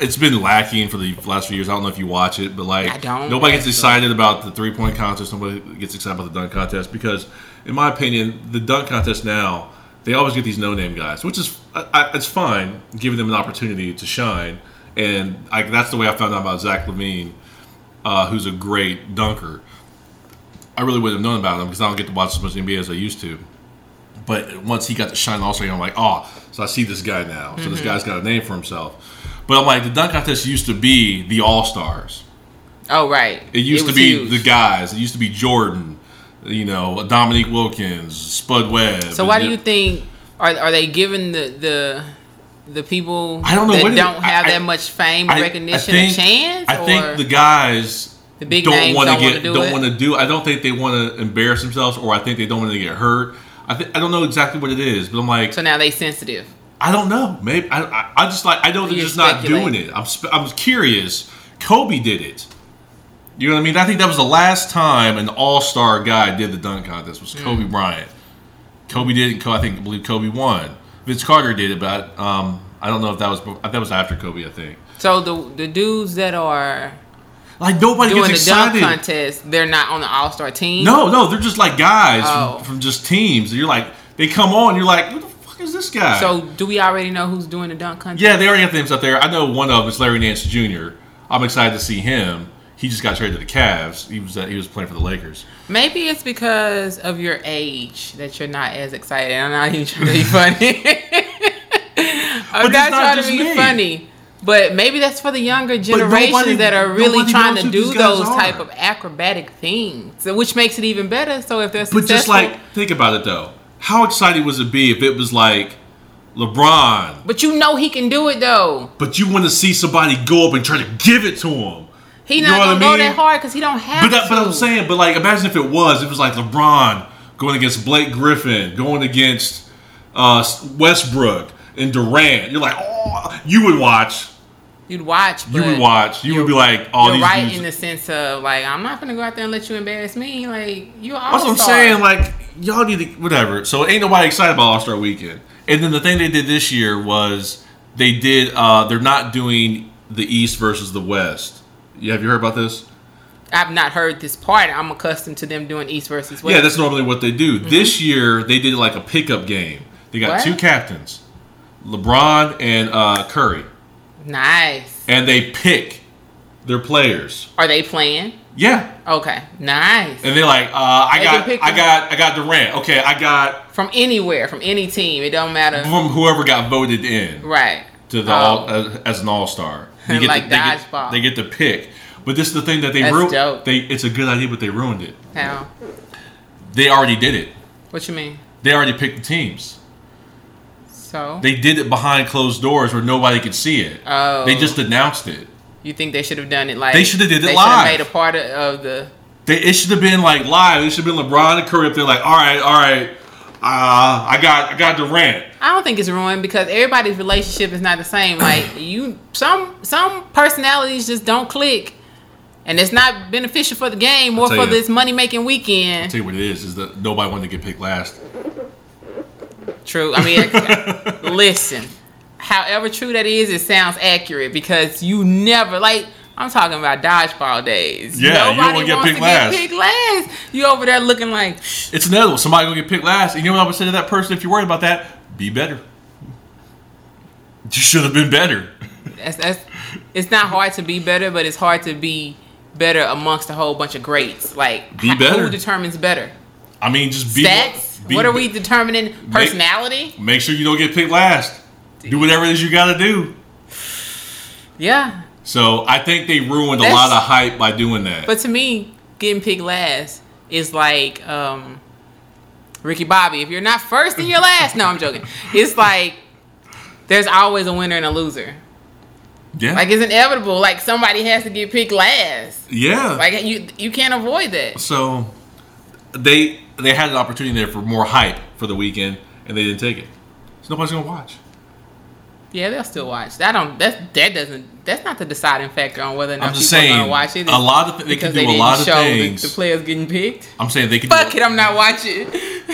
[SPEAKER 1] it's been lacking for the last few years. I don't know if you watch it, but like
[SPEAKER 2] I don't,
[SPEAKER 1] nobody gets
[SPEAKER 2] actually.
[SPEAKER 1] excited about the three point contest. Nobody gets excited about the dunk contest because, in my opinion, the dunk contest now they always get these no name guys, which is I, I, it's fine giving them an opportunity to shine. And I, that's the way I found out about Zach Levine, uh, who's a great dunker. I really wouldn't have known about him because I don't get to watch as much NBA as I used to. But once he got to shine all star, I'm like, oh, so I see this guy now. So
[SPEAKER 2] Mm-hmm.
[SPEAKER 1] this guy's got a name for himself. But I'm like, the dunk contest used to be the all stars.
[SPEAKER 2] oh right,
[SPEAKER 1] It used to
[SPEAKER 2] was
[SPEAKER 1] be
[SPEAKER 2] huge.
[SPEAKER 1] the guys. It used to be Jordan, you know, Dominique Wilkins, Spud Webb.
[SPEAKER 2] So why do you think are are they giving the the the people
[SPEAKER 1] I don't know
[SPEAKER 2] that
[SPEAKER 1] what it-
[SPEAKER 2] don't have
[SPEAKER 1] I-
[SPEAKER 2] that much fame or
[SPEAKER 1] I- I
[SPEAKER 2] recognition
[SPEAKER 1] think-
[SPEAKER 2] a chance?
[SPEAKER 1] I
[SPEAKER 2] or
[SPEAKER 1] think the guys
[SPEAKER 2] The big
[SPEAKER 1] don't
[SPEAKER 2] names
[SPEAKER 1] want to
[SPEAKER 2] don't wanna
[SPEAKER 1] get
[SPEAKER 2] do
[SPEAKER 1] don't
[SPEAKER 2] it?
[SPEAKER 1] want to do. I don't think they want to embarrass themselves, or I think they don't want to get hurt. I th- I don't know exactly what it is, but I'm like,
[SPEAKER 2] so now they sensitive.
[SPEAKER 1] I don't know. Maybe I, I, I just like I know they're
[SPEAKER 2] You're
[SPEAKER 1] just not doing
[SPEAKER 2] speculating.
[SPEAKER 1] it. I'm sp- I'm curious. Kobe did it. You know what I mean? I think that was the last time an All Star guy did the dunk contest was Kobe
[SPEAKER 2] Hmm.
[SPEAKER 1] Bryant. Kobe did. it, Co- I think I believe Kobe won. Vince Carter did it, but um, I don't know if that was bef- that was after Kobe. I think.
[SPEAKER 2] So the the dudes that are
[SPEAKER 1] Like nobody
[SPEAKER 2] doing
[SPEAKER 1] gets
[SPEAKER 2] the
[SPEAKER 1] excited.
[SPEAKER 2] dunk contest, they're not on the All Star team.
[SPEAKER 1] No, no, they're just like guys
[SPEAKER 2] Oh.
[SPEAKER 1] from, from just teams. You're like they come on. You're like, who the fuck is this guy?
[SPEAKER 2] So do we already know who's doing the dunk contest?
[SPEAKER 1] Yeah, they already have names out there. I know one of them is Larry Nance Jr. I'm excited to see him. He just got traded to the Cavs. He was uh, he was playing for the Lakers.
[SPEAKER 2] Maybe it's because of your age that you're not as excited. I'm not even trying to be funny. I'm
[SPEAKER 1] But that's not
[SPEAKER 2] not trying
[SPEAKER 1] just
[SPEAKER 2] to be
[SPEAKER 1] me.
[SPEAKER 2] funny. But maybe that's for the younger generations
[SPEAKER 3] nobody-
[SPEAKER 2] that are really
[SPEAKER 3] nobody
[SPEAKER 2] trying
[SPEAKER 3] knows
[SPEAKER 2] to
[SPEAKER 3] who
[SPEAKER 2] do
[SPEAKER 3] these guys
[SPEAKER 2] those
[SPEAKER 3] are.
[SPEAKER 2] type of acrobatic things, so- which makes it even better. So if they're
[SPEAKER 1] But just
[SPEAKER 2] successful,
[SPEAKER 1] like, think about it though. How exciting was it be if it was like LeBron,
[SPEAKER 2] but you know he can do it though.
[SPEAKER 1] but you want to see somebody go up and try to give it to him?
[SPEAKER 2] He
[SPEAKER 1] You
[SPEAKER 2] not
[SPEAKER 1] know what I
[SPEAKER 2] gonna go
[SPEAKER 1] mean?
[SPEAKER 2] that hard because he don't have.
[SPEAKER 1] But that, but
[SPEAKER 2] to.
[SPEAKER 1] I'm saying, but like, imagine if it was, it was like LeBron going against Blake Griffin, going against uh, Westbrook and Durant. You're like, oh, you would watch,
[SPEAKER 2] you'd watch.
[SPEAKER 1] you
[SPEAKER 2] but
[SPEAKER 1] would watch, you would be like, all
[SPEAKER 2] you're
[SPEAKER 1] these.
[SPEAKER 2] right
[SPEAKER 1] dudes-
[SPEAKER 2] in the sense of like I'm not gonna go out there and let you embarrass me. Like you're all.
[SPEAKER 1] That's what I'm saying. Like y'all need to whatever. So ain't nobody excited about All Star Weekend. And then the thing they did this year was they did. uh They're not doing the East versus the West. Yeah, have you heard about this?
[SPEAKER 2] I've not heard this part. I'm accustomed to them doing East versus West.
[SPEAKER 1] Yeah, that's normally what they do. This year they did like a pickup game. They got
[SPEAKER 2] Mm-hmm. What?
[SPEAKER 1] two captains, LeBron and uh Curry,
[SPEAKER 2] nice.
[SPEAKER 1] and they pick their players.
[SPEAKER 2] Are they playing?
[SPEAKER 1] Yeah,
[SPEAKER 2] Okay, nice.
[SPEAKER 1] and they're like, uh, I
[SPEAKER 2] They can
[SPEAKER 1] got,
[SPEAKER 2] pick
[SPEAKER 1] I
[SPEAKER 2] them.
[SPEAKER 1] got, I got Durant. Okay, I got
[SPEAKER 2] From anywhere, from any team, it don't matter.
[SPEAKER 1] from whoever got voted in.
[SPEAKER 2] Right.
[SPEAKER 1] to the
[SPEAKER 2] Oh.
[SPEAKER 1] all, as, as an all star. they,
[SPEAKER 2] Like
[SPEAKER 1] get,
[SPEAKER 2] dodgeball.
[SPEAKER 1] they get to pick. But this is the thing that they
[SPEAKER 2] That's
[SPEAKER 1] ruined.
[SPEAKER 2] dope.
[SPEAKER 1] They it's a good idea, but they ruined it.
[SPEAKER 2] How?
[SPEAKER 1] They already did it.
[SPEAKER 2] What you mean?
[SPEAKER 1] They already picked the teams.
[SPEAKER 2] So
[SPEAKER 1] They did it behind closed doors where nobody could see it.
[SPEAKER 2] Oh.
[SPEAKER 1] They just announced it.
[SPEAKER 2] you think they should have done it like
[SPEAKER 1] They should've did it
[SPEAKER 2] they should've
[SPEAKER 1] live.
[SPEAKER 2] Made a part of, of the
[SPEAKER 1] They, it should have been like live. It should have been LeBron and Curry up there, like, all right, all right. Uh, I got I got Durant.
[SPEAKER 2] I don't think it's ruined because everybody's relationship is not the same. Like you, some some personalities just don't click, and it's not beneficial for the game or
[SPEAKER 1] tell
[SPEAKER 2] for
[SPEAKER 1] you.
[SPEAKER 2] this money making
[SPEAKER 1] I'll
[SPEAKER 2] weekend.
[SPEAKER 1] tell you what it is, is that nobody wanted to get picked last.
[SPEAKER 2] True. I mean, listen. However true that is, it sounds accurate because you never like. I'm talking about dodgeball days.
[SPEAKER 1] Yeah, you don't wanna
[SPEAKER 2] Nobody
[SPEAKER 1] get
[SPEAKER 2] wants
[SPEAKER 1] picked
[SPEAKER 2] to get
[SPEAKER 1] last.
[SPEAKER 2] picked last. You over there looking like
[SPEAKER 1] It's another one. Somebody gonna get picked last. And you know what I would say to that person if you're worried about that? Be better. You should have been better.
[SPEAKER 2] that's, that's. It's not hard to be better, but it's hard to be better amongst a whole bunch of greats. Like
[SPEAKER 1] Be
[SPEAKER 2] h-
[SPEAKER 1] better.
[SPEAKER 2] Who determines better?
[SPEAKER 1] I mean, just be
[SPEAKER 2] Stats.
[SPEAKER 1] be-
[SPEAKER 2] what are we determining? Personality.
[SPEAKER 1] Make sure you don't get picked last. Do whatever it is you got to do.
[SPEAKER 2] yeah,
[SPEAKER 1] So I think they ruined a
[SPEAKER 2] That's-
[SPEAKER 1] lot of hype by doing that.
[SPEAKER 2] but to me, getting picked last is like um, Ricky Bobby. If you're not first, then you're last. No, I'm joking. It's like there's always a winner and a loser.
[SPEAKER 1] yeah,
[SPEAKER 2] Like it's inevitable. Like somebody has to get picked last.
[SPEAKER 1] yeah.
[SPEAKER 2] Like you, you can't avoid that.
[SPEAKER 1] so they they had an opportunity there for more hype for the weekend, and they didn't take it. So nobody's gonna watch.
[SPEAKER 2] Yeah, they'll still watch. I don't. That that doesn't. That's not the deciding factor on whether or not
[SPEAKER 1] I'm just
[SPEAKER 2] people are
[SPEAKER 1] saying
[SPEAKER 2] gonna watch it.
[SPEAKER 1] a lot of th- they can
[SPEAKER 2] because
[SPEAKER 1] do
[SPEAKER 2] they
[SPEAKER 1] a
[SPEAKER 2] didn't
[SPEAKER 1] lot of
[SPEAKER 2] show the-
[SPEAKER 1] things.
[SPEAKER 2] The, players getting picked.
[SPEAKER 1] I'm saying they can.
[SPEAKER 2] Fuck
[SPEAKER 1] do
[SPEAKER 2] it, I'm not watching.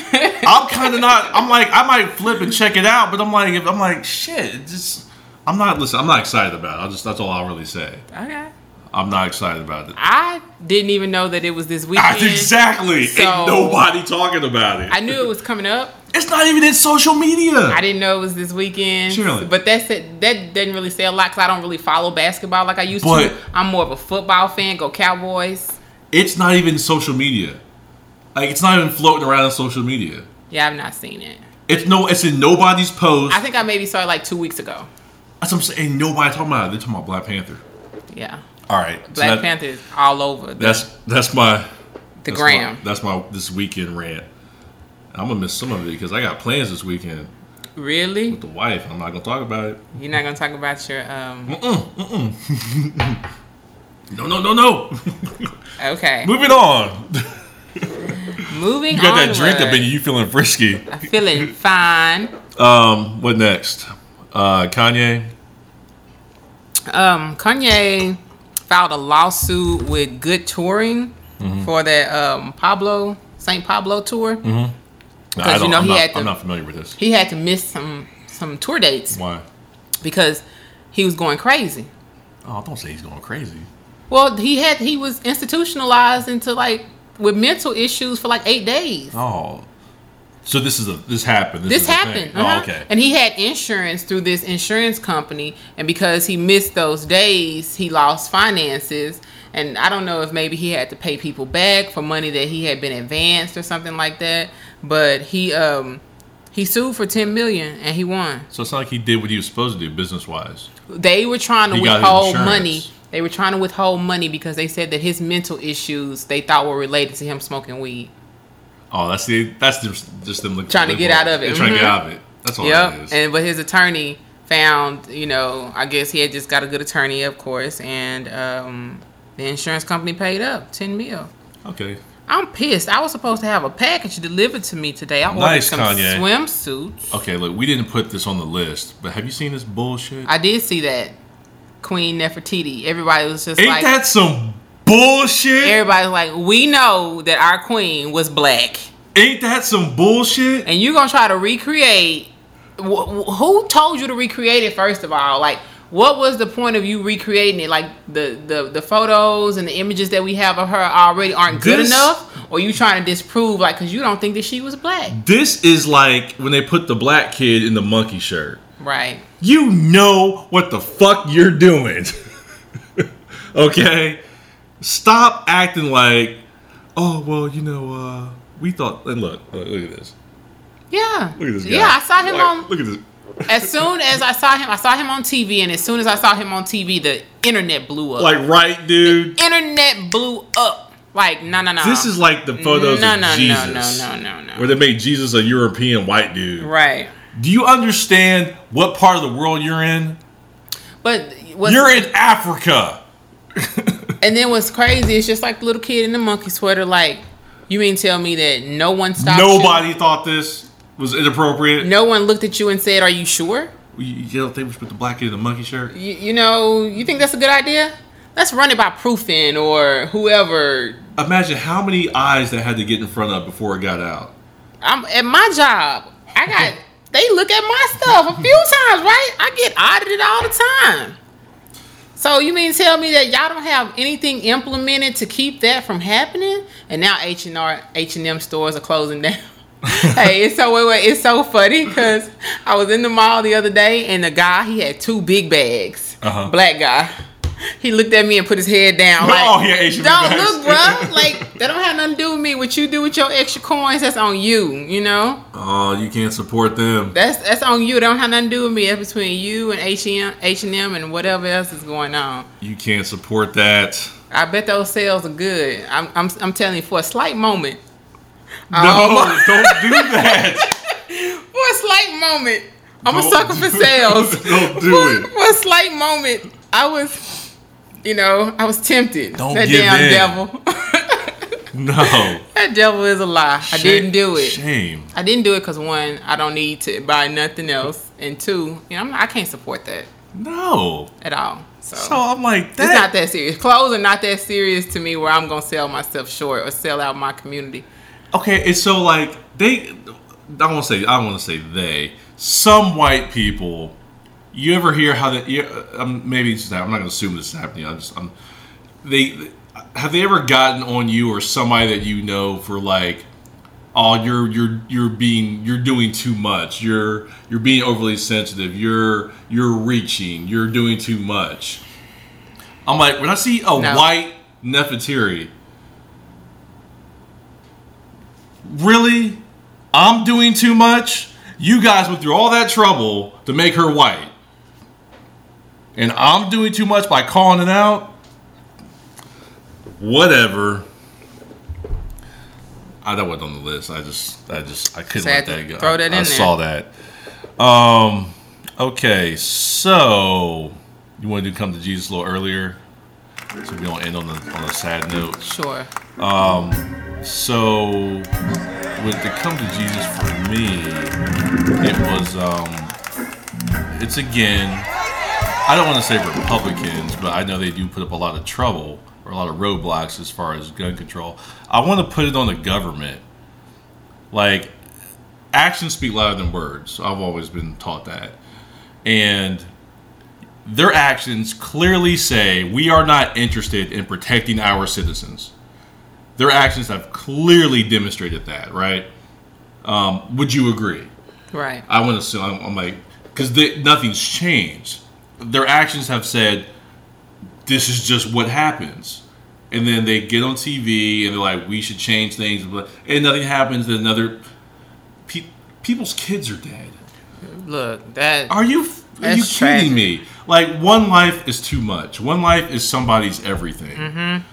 [SPEAKER 1] I'm kind of not. I'm like I might flip and check it out, but I'm like if- I'm like shit. it Just I'm not. Listen, I'm not excited about it. I'll just that's all I'll really say.
[SPEAKER 2] okay.
[SPEAKER 1] I'm not excited about it.
[SPEAKER 2] I didn't even know that it was this weekend.
[SPEAKER 1] That's exactly.
[SPEAKER 2] So-
[SPEAKER 1] Ain't nobody talking about it.
[SPEAKER 2] I knew it was coming up.
[SPEAKER 1] it's not even in social media.
[SPEAKER 2] I didn't know it was this weekend.
[SPEAKER 1] Surely.
[SPEAKER 2] But that's it. That doesn't really say a lot because I don't really follow basketball like I used
[SPEAKER 1] But-
[SPEAKER 2] to. I'm more of a football fan. Go Cowboys.
[SPEAKER 1] it's not even social media. Like it's not even floating around on social media.
[SPEAKER 2] Yeah, I've not seen it.
[SPEAKER 1] It's no. It's in nobody's post.
[SPEAKER 2] I think I maybe saw it like two weeks ago.
[SPEAKER 1] That's what I'm saying. Ain't nobody talking about it. They're talking about Black Panther.
[SPEAKER 2] Yeah.
[SPEAKER 1] All right. so
[SPEAKER 2] Black
[SPEAKER 1] that-
[SPEAKER 2] Panther is all over the,
[SPEAKER 1] That's that's my
[SPEAKER 2] the
[SPEAKER 1] that's
[SPEAKER 2] gram.
[SPEAKER 1] My, that's my this weekend rant. I'm gonna miss some of it because I got plans this weekend
[SPEAKER 2] Really?
[SPEAKER 1] with the wife. I'm not gonna talk about it.
[SPEAKER 2] You're not gonna talk about your um?
[SPEAKER 1] No, no, no, no.
[SPEAKER 2] Okay.
[SPEAKER 1] Moving on.
[SPEAKER 2] Moving.
[SPEAKER 1] You got that drink up
[SPEAKER 2] onward.
[SPEAKER 1] in you. You feeling frisky?
[SPEAKER 2] I'm feeling fine.
[SPEAKER 1] Um, what next? Uh, Kanye.
[SPEAKER 2] um, Kanye filed a lawsuit with Good Touring
[SPEAKER 1] Mm-hmm.
[SPEAKER 2] for that um, Pablo Saint Pablo tour.
[SPEAKER 1] No,
[SPEAKER 2] 'Cause you know
[SPEAKER 1] I'm,
[SPEAKER 2] he
[SPEAKER 1] not,
[SPEAKER 2] had to-
[SPEAKER 1] I'm not familiar with this.
[SPEAKER 2] He had to miss some some tour dates
[SPEAKER 1] Why?
[SPEAKER 2] because he was going crazy.
[SPEAKER 1] Oh, don't say he's going crazy.
[SPEAKER 2] Well, he had he was institutionalized into like with mental issues for like eight days.
[SPEAKER 1] Oh, so this is a this happened.
[SPEAKER 2] This
[SPEAKER 1] is a thing.
[SPEAKER 2] happened.
[SPEAKER 1] Oh,
[SPEAKER 2] uh-huh.
[SPEAKER 1] okay.
[SPEAKER 2] And he had insurance through this insurance company, and because he missed those days, he lost finances. And I don't know if maybe he had to pay people back for money that he had been advanced or something like that. But he um He sued for ten million and he won.
[SPEAKER 1] So it's not like he did what he was supposed to do business wise.
[SPEAKER 2] They were trying to
[SPEAKER 1] He got his
[SPEAKER 2] withhold
[SPEAKER 1] insurance.
[SPEAKER 2] money. They were trying to withhold money because they said that his mental issues they thought were related to him smoking weed.
[SPEAKER 1] Oh, that's the that's just, just them looking
[SPEAKER 2] Trying to get out of it.
[SPEAKER 1] They're trying to get
[SPEAKER 2] Mhm.
[SPEAKER 1] out of it. That's all it
[SPEAKER 2] Yep.
[SPEAKER 1] is.
[SPEAKER 2] And but his attorney found, you know, I guess he had just got a good attorney, of course, and um, the insurance company paid up ten mil.
[SPEAKER 1] okay.
[SPEAKER 2] I'm pissed. I was supposed to have a package delivered to me today. I ordered
[SPEAKER 1] Nice,
[SPEAKER 2] some
[SPEAKER 1] Kanye.
[SPEAKER 2] swimsuits.
[SPEAKER 1] Okay, look, we didn't put this on the list, but have you seen this bullshit?
[SPEAKER 2] I did see that Queen Nefertiti. Everybody was just
[SPEAKER 1] Ain't
[SPEAKER 2] like,
[SPEAKER 1] that some bullshit?
[SPEAKER 2] everybody's like, we know that our queen was black,
[SPEAKER 1] Ain't that some bullshit?
[SPEAKER 2] and you're gonna try to recreate. Wh- wh- who told you to recreate it? First of all, like, what was the point of you recreating it? Like the the the photos and the images that we have of her already aren't good
[SPEAKER 1] This-
[SPEAKER 2] enough, or you trying to disprove like because you don't think that she was black,
[SPEAKER 1] This is like when they put the black kid in the monkey shirt.
[SPEAKER 2] right?
[SPEAKER 1] You know what the fuck you're doing. okay? Stop acting like, oh, well, you know, uh, we thought, and look, look, look at this.
[SPEAKER 2] Yeah.
[SPEAKER 1] Look at this guy.
[SPEAKER 2] Yeah, I saw him
[SPEAKER 1] Like,
[SPEAKER 2] on.
[SPEAKER 1] Look at this.
[SPEAKER 2] As soon as I saw him, I saw him on TV, and as soon as I saw him on TV, the internet blew up.
[SPEAKER 1] Like, right, dude?
[SPEAKER 2] internet blew up. Like no, no, no.
[SPEAKER 1] This is like the photos
[SPEAKER 2] no,
[SPEAKER 1] of
[SPEAKER 2] no,
[SPEAKER 1] Jesus.
[SPEAKER 2] no, no, no, no,
[SPEAKER 1] Where
[SPEAKER 2] no.
[SPEAKER 1] they made Jesus a European white dude.
[SPEAKER 2] Right.
[SPEAKER 1] Do you understand what part of the world you're in?
[SPEAKER 2] But what's,
[SPEAKER 1] You're in Africa.
[SPEAKER 2] and then what's crazy is just like the little kid in the monkey sweater. Like you mean tell me that no one stopped? you?
[SPEAKER 1] Nobody thought this was inappropriate.
[SPEAKER 2] No one looked at you and said, "Are you sure?
[SPEAKER 1] You, you don't think we should put the black kid in the monkey shirt?
[SPEAKER 2] You, you know, you think that's a good idea? Let's run it by Proofin or whoever."
[SPEAKER 1] Imagine how many eyes that had to get in front of before it got out.
[SPEAKER 2] I'm at my job. I got they look at my stuff a few times, right? I get audited all the time. So you mean to tell me that y'all don't have anything implemented to keep that from happening? And now H and R H and M stores are closing down. hey, it's so wait, wait, it's so funny because I was in the mall the other day and the guy he had two big bags,
[SPEAKER 1] Uh-huh.
[SPEAKER 2] black guy. He looked at me and put his head down. Like,
[SPEAKER 1] Oh, yeah, H&M
[SPEAKER 2] don't
[SPEAKER 1] bags."
[SPEAKER 2] look, bro. Like that don't have nothing to do with me. What you do with your extra coins, that's on you. You know,
[SPEAKER 1] Oh, you can't support them.
[SPEAKER 2] that's that's on you. It don't have nothing to do with me. That's between you and H and H and M and whatever else is going on.
[SPEAKER 1] You can't support that.
[SPEAKER 2] I bet those sales are good. I'm, I'm, I'm telling you, for a slight moment,
[SPEAKER 1] No,
[SPEAKER 2] Oh.
[SPEAKER 1] don't do that.
[SPEAKER 2] for a slight moment, I'm a
[SPEAKER 1] Don't
[SPEAKER 2] sucker for
[SPEAKER 1] do-
[SPEAKER 2] sales.
[SPEAKER 1] don't do
[SPEAKER 2] for,
[SPEAKER 1] it.
[SPEAKER 2] For a slight moment, I was, you know, I was tempted.
[SPEAKER 1] Don't
[SPEAKER 2] that
[SPEAKER 1] give in.
[SPEAKER 2] damn devil.
[SPEAKER 1] No.
[SPEAKER 2] that devil is a lie. I didn't do it.
[SPEAKER 1] Shame.
[SPEAKER 2] I didn't do it because one, I don't need to buy nothing else, and two, you know, I'm not, I can't support that
[SPEAKER 1] No.
[SPEAKER 2] at all. So,
[SPEAKER 1] So I'm like that.
[SPEAKER 2] it's not that serious. Clothes are not that serious to me where I'm gonna sell myself short or sell out my community.
[SPEAKER 1] Okay, it's so like they. I don't want to say. I don't want to say they. Some white people. You ever hear how that? you- Um, maybe it's not. I'm not going to assume this is happening. I'm just. I'm, they have they ever gotten on you or somebody that you know for like, oh, you're you're you're being you're doing too much. You're you're being overly sensitive. You're you're reaching. You're doing too much. I'm like when I see a white Nefertiti, really? I'm doing too much? You guys went through all that trouble to make her white. And I'm doing too much by calling it out? Whatever. I that wasn't on the list. I just I just I couldn't
[SPEAKER 2] Sad
[SPEAKER 1] let that
[SPEAKER 2] to
[SPEAKER 1] go.
[SPEAKER 2] throw that
[SPEAKER 1] I,
[SPEAKER 2] in
[SPEAKER 1] I
[SPEAKER 2] there.
[SPEAKER 1] saw that. Um okay, so you want to do come to Jesus a little earlier? So we don't end on the on a sad note.
[SPEAKER 2] Sure.
[SPEAKER 1] So, with the come to Jesus for me, it was um, it's again. I don't want to say Republicans, but I know they do put up a lot of trouble or a lot of roadblocks as far as gun control. I want to put it on the government. Like, actions speak louder than words. I've always been taught that, and their actions clearly say we are not interested in protecting our citizens their actions have clearly demonstrated that, right? Um, would you agree?
[SPEAKER 2] Right.
[SPEAKER 1] I want to assume I'm, I'm like because nothing's changed. Their actions have said this is just what happens, and then they get on TV and they're like, we should change things, but and nothing happens. Then another pe- people's kids are dead.
[SPEAKER 2] Look, that
[SPEAKER 1] Are you f- are you
[SPEAKER 2] That's
[SPEAKER 1] kidding
[SPEAKER 2] tragic.
[SPEAKER 1] me? Like one life is too much. One life is somebody's everything.
[SPEAKER 2] Mm-hmm.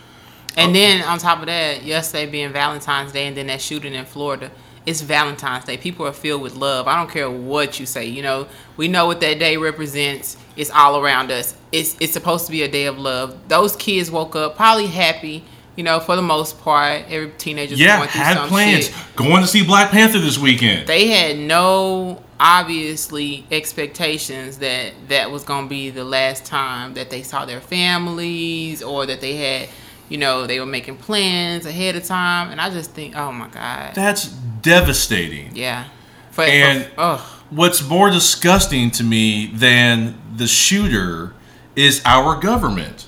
[SPEAKER 1] Oh.
[SPEAKER 2] and then on top of that, yesterday being Valentine's Day and then that shooting in Florida, it's Valentine's Day. People are filled with love. I don't care what you say. You know, we know what that day represents. It's all around us. It's it's supposed to be a day of love. Those kids woke up probably happy. You know, for the most part, every teenager's
[SPEAKER 1] Yeah,
[SPEAKER 2] going through
[SPEAKER 1] had
[SPEAKER 2] some
[SPEAKER 1] plans.
[SPEAKER 2] shit.
[SPEAKER 1] Going to see Black Panther this weekend.
[SPEAKER 2] they had no obviously expectations that that was going to be the last time that they saw their families or that they had you know they were making plans ahead of time and i just think oh my god
[SPEAKER 1] That's devastating.
[SPEAKER 2] yeah for,
[SPEAKER 1] And-
[SPEAKER 2] for- oh
[SPEAKER 1] What's more disgusting to me than the shooter is our government.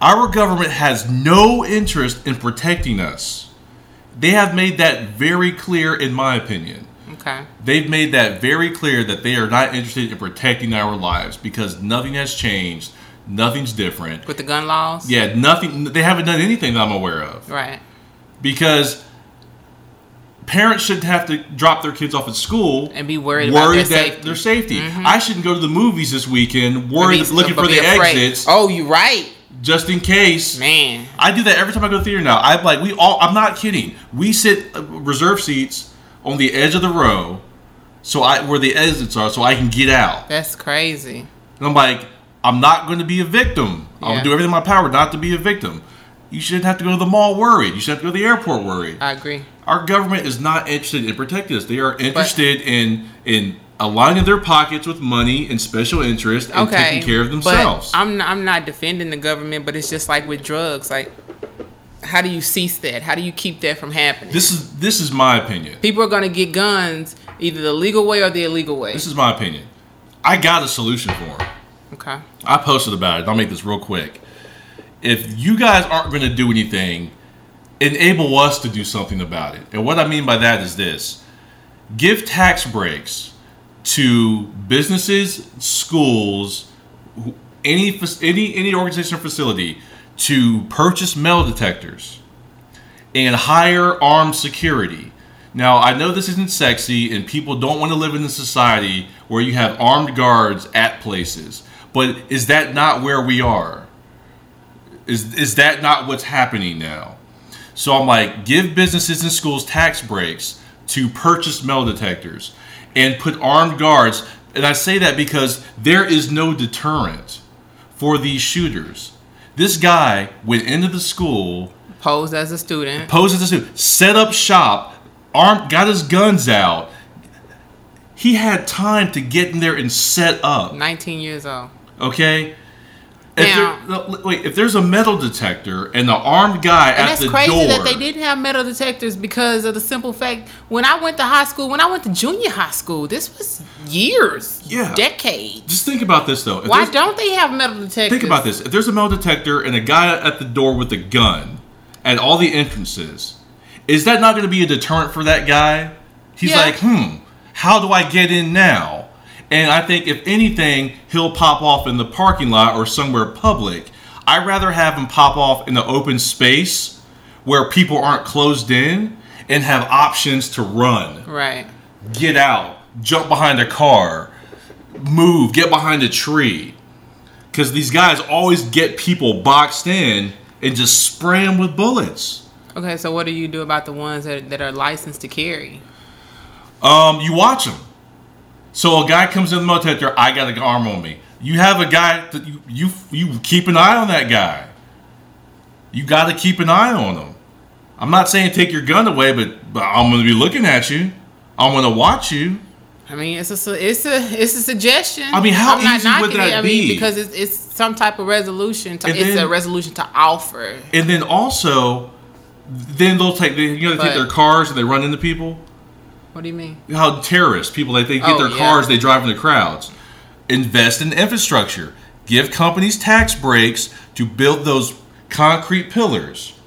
[SPEAKER 1] Our government has no interest in protecting us. They have made that very clear, in my opinion.
[SPEAKER 2] okay
[SPEAKER 1] They've made that very clear that they are not interested in protecting our lives because nothing has changed, nothing's different.
[SPEAKER 2] with the gun laws
[SPEAKER 1] Yeah, nothing. They haven't done anything that I'm aware of
[SPEAKER 2] right
[SPEAKER 1] because parents shouldn't have to drop their kids off at school
[SPEAKER 2] and be worried,
[SPEAKER 1] worried
[SPEAKER 2] about their
[SPEAKER 1] that
[SPEAKER 2] safety. Mm-hmm.
[SPEAKER 1] their safety. I shouldn't go to the movies this weekend, worried
[SPEAKER 2] Be-
[SPEAKER 1] looking for
[SPEAKER 2] be
[SPEAKER 1] the
[SPEAKER 2] afraid.
[SPEAKER 1] exits
[SPEAKER 2] oh you right
[SPEAKER 1] just in case.
[SPEAKER 2] man
[SPEAKER 1] I do that every time I go to the theater now. I'm like, we all. I'm not kidding. We sit uh, reserve seats on the edge of the row, so I where the exits are, so I can get out.
[SPEAKER 2] that's crazy
[SPEAKER 1] And I'm like, I'm not going to be a victim. I'm
[SPEAKER 2] Yeah.
[SPEAKER 1] gonna do everything in my power not to be a victim. You shouldn't have to go to the mall worried. You shouldn't have to go to the airport worried.
[SPEAKER 2] i agree
[SPEAKER 1] Our government is not interested in protecting us. They are interested in in aligning their pockets with money and special interest and taking care of themselves.
[SPEAKER 2] But I'm I'm not defending the government, but it's just like with drugs. Like, how do you cease that? How do you keep that from happening?
[SPEAKER 1] this is this is my opinion.
[SPEAKER 2] People are gonna get guns either the legal way or the illegal way.
[SPEAKER 1] This is my opinion. I got a solution for them.
[SPEAKER 2] okay.
[SPEAKER 1] I posted about it. I'll make this real quick. If you guys aren't going to do anything, enable us to do something about it. And what I mean by that is this give tax breaks to businesses, schools, wh- any, fac- any, any organization or facility to purchase metal detectors and hire armed security. Now, I know this isn't sexy, and people don't want to live in a society where you have armed guards at places, but is that not where we are? Is, is that not what's happening now? So I'm like, give businesses and schools tax breaks to purchase metal detectors and put armed guards. And I say that because there is no deterrent for these shooters. This guy went into the school
[SPEAKER 2] Posed as a student.
[SPEAKER 1] posed as a student, set up shop, armed, got his guns out. He had time to get in there and set up.
[SPEAKER 2] 19 years old.
[SPEAKER 1] Okay. If
[SPEAKER 2] Now-
[SPEAKER 1] there- no, wait, if there's a metal detector and the armed guy
[SPEAKER 2] And
[SPEAKER 1] at
[SPEAKER 2] that's
[SPEAKER 1] the
[SPEAKER 2] crazy
[SPEAKER 1] door,
[SPEAKER 2] that they didn't have metal detectors because of the simple fact when I went to high school, when I went to junior high school, this was years,
[SPEAKER 1] Yeah.
[SPEAKER 2] decades.
[SPEAKER 1] Just think about this though. If
[SPEAKER 2] Why
[SPEAKER 1] there's-
[SPEAKER 2] don't they have metal detectors?
[SPEAKER 1] think about this? If there's a metal detector and a guy at the door with a gun at all the entrances, is that not going to be a deterrent for that guy? He's
[SPEAKER 2] Yeah.
[SPEAKER 1] like, hmm, how do I get in now? And I think if anything, he'll pop off in the parking lot or somewhere public. I'd rather have him pop off in the open space where people aren't closed in and have options to run
[SPEAKER 2] Right.
[SPEAKER 1] get out, jump behind a car, move, get behind a tree. Because these guys always get people boxed in and just spray them with bullets.
[SPEAKER 2] Okay, so what do you do about the ones that, that are licensed to carry?
[SPEAKER 1] Um, you watch them. So a guy comes in the motel, detector, I got an arm on me. You have a guy that you you you keep an eye on that guy. You got to keep an eye on him. I'm not saying take your gun away, but, but I'm going to be looking at you. I'm going to watch you.
[SPEAKER 2] I mean, it's a su- it's a it's a suggestion.
[SPEAKER 1] I mean, how
[SPEAKER 2] I'm not
[SPEAKER 1] easy would
[SPEAKER 2] knocking
[SPEAKER 1] that
[SPEAKER 2] it. I mean,
[SPEAKER 1] be?
[SPEAKER 2] because it's, it's some type of resolution. To,
[SPEAKER 1] And
[SPEAKER 2] it's
[SPEAKER 1] then-
[SPEAKER 2] a resolution to offer.
[SPEAKER 1] And then also, then they'll take they, you know they take
[SPEAKER 2] But-
[SPEAKER 1] their cars and they run into people.
[SPEAKER 2] What do you mean?
[SPEAKER 1] How terrorists people they, they get
[SPEAKER 2] Oh,
[SPEAKER 1] their
[SPEAKER 2] yeah.
[SPEAKER 1] cars they drive into crowds. Invest in infrastructure. Give companies tax breaks to build those concrete pillars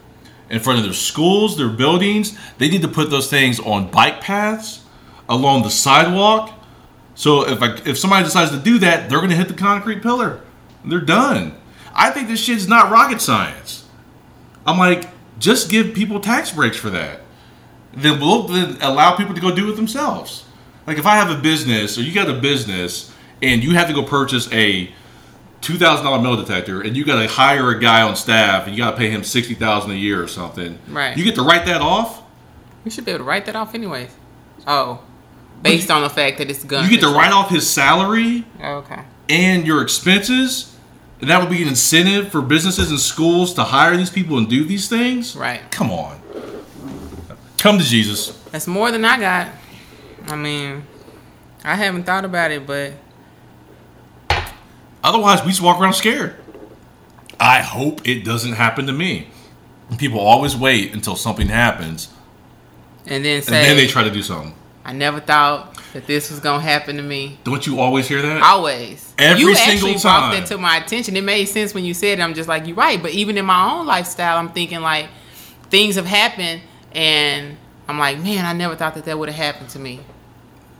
[SPEAKER 1] in front of their schools, their buildings. They need to put those things on bike paths, along the sidewalk. So if I, if somebody decides to do that, they're going to hit the concrete pillar. They're done. I think this shit's not rocket science. I'm like, just give people tax breaks for that. Then we'll then allow people to go do it themselves. Like if I have a business or you got a business and you have to go purchase a two thousand dollar metal detector and you got to hire a guy on staff and you got to pay him sixty thousand a year or something.
[SPEAKER 2] Right.
[SPEAKER 1] You get to write that off.
[SPEAKER 2] You should be able to write that off anyways. Oh, based on the fact that it's gun.
[SPEAKER 1] You get to
[SPEAKER 2] control.
[SPEAKER 1] write off his salary
[SPEAKER 2] Oh, Okay.
[SPEAKER 1] and your expenses. And that would be an incentive for businesses and schools to hire these people and do these things.
[SPEAKER 2] Right.
[SPEAKER 1] Come on. Come to Jesus.
[SPEAKER 2] That's more than I got. I mean, I haven't thought about it, but
[SPEAKER 1] Otherwise, we just walk around scared. I hope it doesn't happen to me. People always wait until something happens
[SPEAKER 2] and then
[SPEAKER 1] and
[SPEAKER 2] say
[SPEAKER 1] then they try to do something.
[SPEAKER 2] I never thought that this was gonna happen to me.
[SPEAKER 1] Don't you always hear that?
[SPEAKER 2] Always.
[SPEAKER 1] Every
[SPEAKER 2] you
[SPEAKER 1] single
[SPEAKER 2] actually brought
[SPEAKER 1] time.
[SPEAKER 2] that to my attention. It made sense when you said it. I'm just like, you're right. But even in my own lifestyle, I'm thinking like things have happened, and I'm like, man, I never thought that that would have happened to me.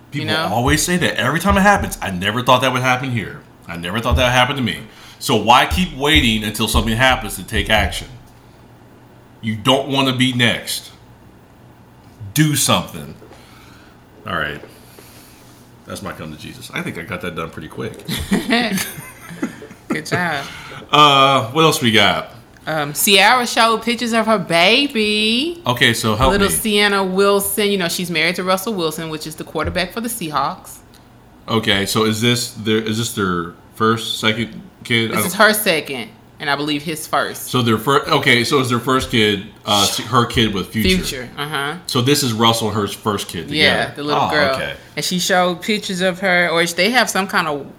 [SPEAKER 1] People
[SPEAKER 2] know?
[SPEAKER 1] always say that every time it happens. I never thought that would happen here. I never thought that happened to me. So why keep waiting until something happens to take action? You don't want to be next. Do something. All right. That's my come to Jesus. I think I got that done pretty quick.
[SPEAKER 2] Good job.
[SPEAKER 1] Uh, what else we got?
[SPEAKER 2] um, Ciara showed pictures of her baby.
[SPEAKER 1] Okay, so help
[SPEAKER 2] Little
[SPEAKER 1] me.
[SPEAKER 2] Sienna Wilson, you know, she's married to Russell Wilson, which is the quarterback for the Seahawks.
[SPEAKER 1] okay, so is this their is this their first, second kid? I
[SPEAKER 2] This
[SPEAKER 1] don't-
[SPEAKER 2] is her second, and I believe his first.
[SPEAKER 1] so their first. Okay, so is their first kid uh, her kid with
[SPEAKER 2] Future. Uh huh.
[SPEAKER 1] So this is Russell and her first kid together.
[SPEAKER 2] Yeah, the little
[SPEAKER 1] Oh,
[SPEAKER 2] girl.
[SPEAKER 1] Okay.
[SPEAKER 2] And she showed pictures of her, or they have some kind of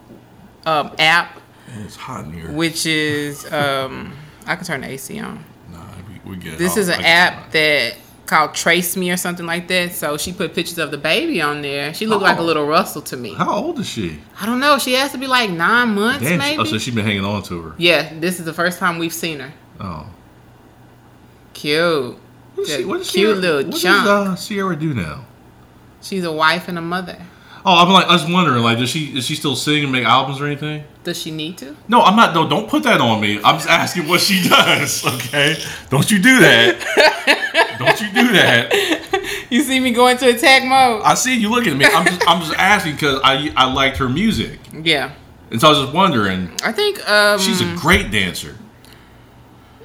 [SPEAKER 2] um, app,
[SPEAKER 1] Man, it's hot in here.
[SPEAKER 2] which is, um, I can turn the AC on.
[SPEAKER 1] nah, we, we good.
[SPEAKER 2] This
[SPEAKER 1] Oh,
[SPEAKER 2] is
[SPEAKER 1] I
[SPEAKER 2] an
[SPEAKER 1] can-
[SPEAKER 2] app that called Trace Me or something like that. So she put pictures of the baby on there. She looked like a
[SPEAKER 1] Oh.
[SPEAKER 2] little Russell to me.
[SPEAKER 1] How old is she?
[SPEAKER 2] I don't know. She has to be like nine months,
[SPEAKER 1] Damn. she-
[SPEAKER 2] maybe.
[SPEAKER 1] Oh, so she's been hanging on to her.
[SPEAKER 2] yeah, this is the first time we've seen her.
[SPEAKER 1] Oh.
[SPEAKER 2] Cute.
[SPEAKER 1] What is
[SPEAKER 2] Yeah,
[SPEAKER 1] she, what is
[SPEAKER 2] cute
[SPEAKER 1] Sierra,
[SPEAKER 2] little
[SPEAKER 1] what does,
[SPEAKER 2] junk.
[SPEAKER 1] uh, Sierra do now?
[SPEAKER 2] She's a wife and a mother.
[SPEAKER 1] Oh, I'm like I was wondering, like, does she is she still sing and make albums or anything?
[SPEAKER 2] Does she need to?
[SPEAKER 1] No, I'm not. No, don't put that on me. I'm just asking what she does. Okay, don't you do that. don't you do that.
[SPEAKER 2] You see me going to attack mode?
[SPEAKER 1] I see you looking at me. I'm just, I'm just asking because I I liked her music,
[SPEAKER 2] Yeah.
[SPEAKER 1] and so I was just wondering.
[SPEAKER 2] I think um,
[SPEAKER 1] She's a great dancer.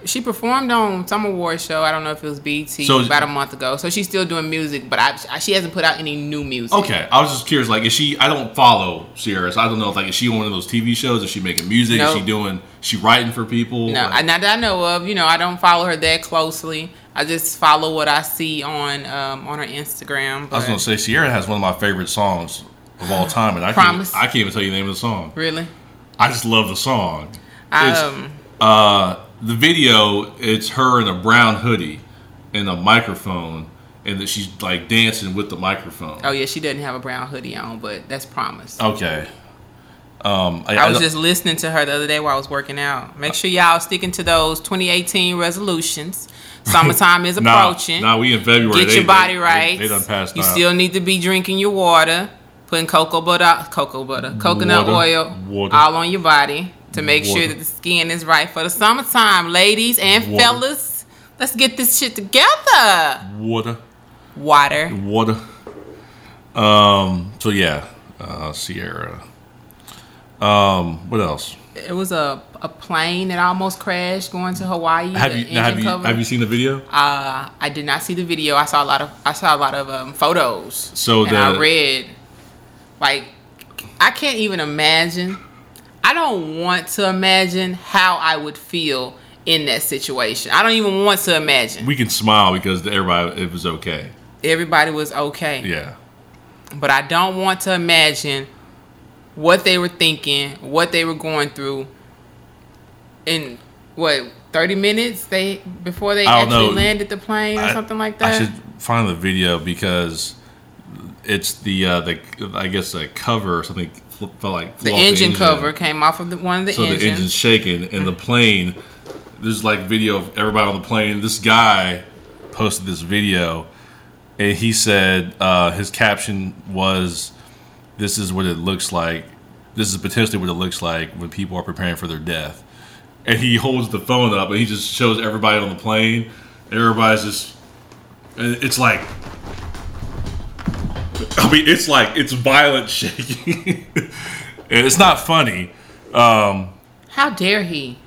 [SPEAKER 2] she performed on some award show. I don't know if it was BT
[SPEAKER 1] So-
[SPEAKER 2] about a month ago. So she's still doing music, but I, she hasn't put out any new music.
[SPEAKER 1] Okay, I was just curious. Like, is she? I don't follow Sierra, so I don't know. If, like, is she on one of those TV shows? Is she making music? Is she
[SPEAKER 2] No.
[SPEAKER 1] doing? is she writing for people?
[SPEAKER 2] No,
[SPEAKER 1] Like,
[SPEAKER 2] I, not that I know of. You know, I don't follow her that closely. I just follow what I see on um, on her Instagram.
[SPEAKER 1] I was
[SPEAKER 2] but-
[SPEAKER 1] gonna say Sierra has one of my favorite songs of all time, and I
[SPEAKER 2] Promise.
[SPEAKER 1] can't, I can't even tell you the name of the song.
[SPEAKER 2] really,
[SPEAKER 1] I just love the song.
[SPEAKER 2] I,
[SPEAKER 1] It's-
[SPEAKER 2] um,
[SPEAKER 1] Uh, the video, it's her in a brown hoodie and a microphone, and that she's like dancing with the microphone.
[SPEAKER 2] oh yeah, she doesn't have a brown hoodie on, but that's promise.
[SPEAKER 1] Okay. Um,
[SPEAKER 2] I was
[SPEAKER 1] don't-
[SPEAKER 2] just listening to her the other day while I was working out. Make sure y'all sticking to those 2018 resolutions. Summertime is
[SPEAKER 1] nah,
[SPEAKER 2] approaching.
[SPEAKER 1] Nah, we in February.
[SPEAKER 2] Get
[SPEAKER 1] They-
[SPEAKER 2] your body
[SPEAKER 1] they-
[SPEAKER 2] right.
[SPEAKER 1] They, done passed.
[SPEAKER 2] You still need to be drinking your water, putting cocoa butter, cocoa butter, coconut
[SPEAKER 1] Water,
[SPEAKER 2] oil
[SPEAKER 1] water.
[SPEAKER 2] all on your body to make sure
[SPEAKER 1] Water.
[SPEAKER 2] that the skin is right for the summertime, ladies and
[SPEAKER 1] Water.
[SPEAKER 2] fellas. Let's get this shit together.
[SPEAKER 1] water.
[SPEAKER 2] Water.
[SPEAKER 1] Water. Um. So yeah, uh, Sierra. Um. What else?
[SPEAKER 2] It was a, a plane that almost crashed going to Hawaii.
[SPEAKER 1] Have
[SPEAKER 2] The
[SPEAKER 1] you
[SPEAKER 2] engine
[SPEAKER 1] now, have you
[SPEAKER 2] cover.
[SPEAKER 1] have you seen the video?
[SPEAKER 2] Uh, I did not see the video. I saw a lot of I saw a lot of um, photos.
[SPEAKER 1] So
[SPEAKER 2] and I
[SPEAKER 1] the-
[SPEAKER 2] read like I can't even imagine. I don't want to imagine how I would feel in that situation. I don't even want to imagine.
[SPEAKER 1] We can smile because everybody it was okay.
[SPEAKER 2] Everybody was okay,
[SPEAKER 1] Yeah.
[SPEAKER 2] but I don't want to imagine what they were thinking, what they were going through. In what thirty minutes they before they
[SPEAKER 1] I don't
[SPEAKER 2] actually
[SPEAKER 1] know.
[SPEAKER 2] landed the plane or
[SPEAKER 1] I-
[SPEAKER 2] something like that.
[SPEAKER 1] I should find the video because it's the uh, the I guess the cover or something fl- felt like
[SPEAKER 2] the engine, cover came off of the, one of the
[SPEAKER 1] So
[SPEAKER 2] engines.
[SPEAKER 1] the engine's shaking and the plane. There's like video of everybody on the plane. This guy posted this video, and he said uh, his caption was, "This is what it looks like. This is potentially what it looks like when people are preparing for their death." And he holds the phone up and he just shows everybody on the plane. Everybody's just, and it's like, I mean, it's like it's violent shaking. And it's not funny. Um,
[SPEAKER 2] How dare he?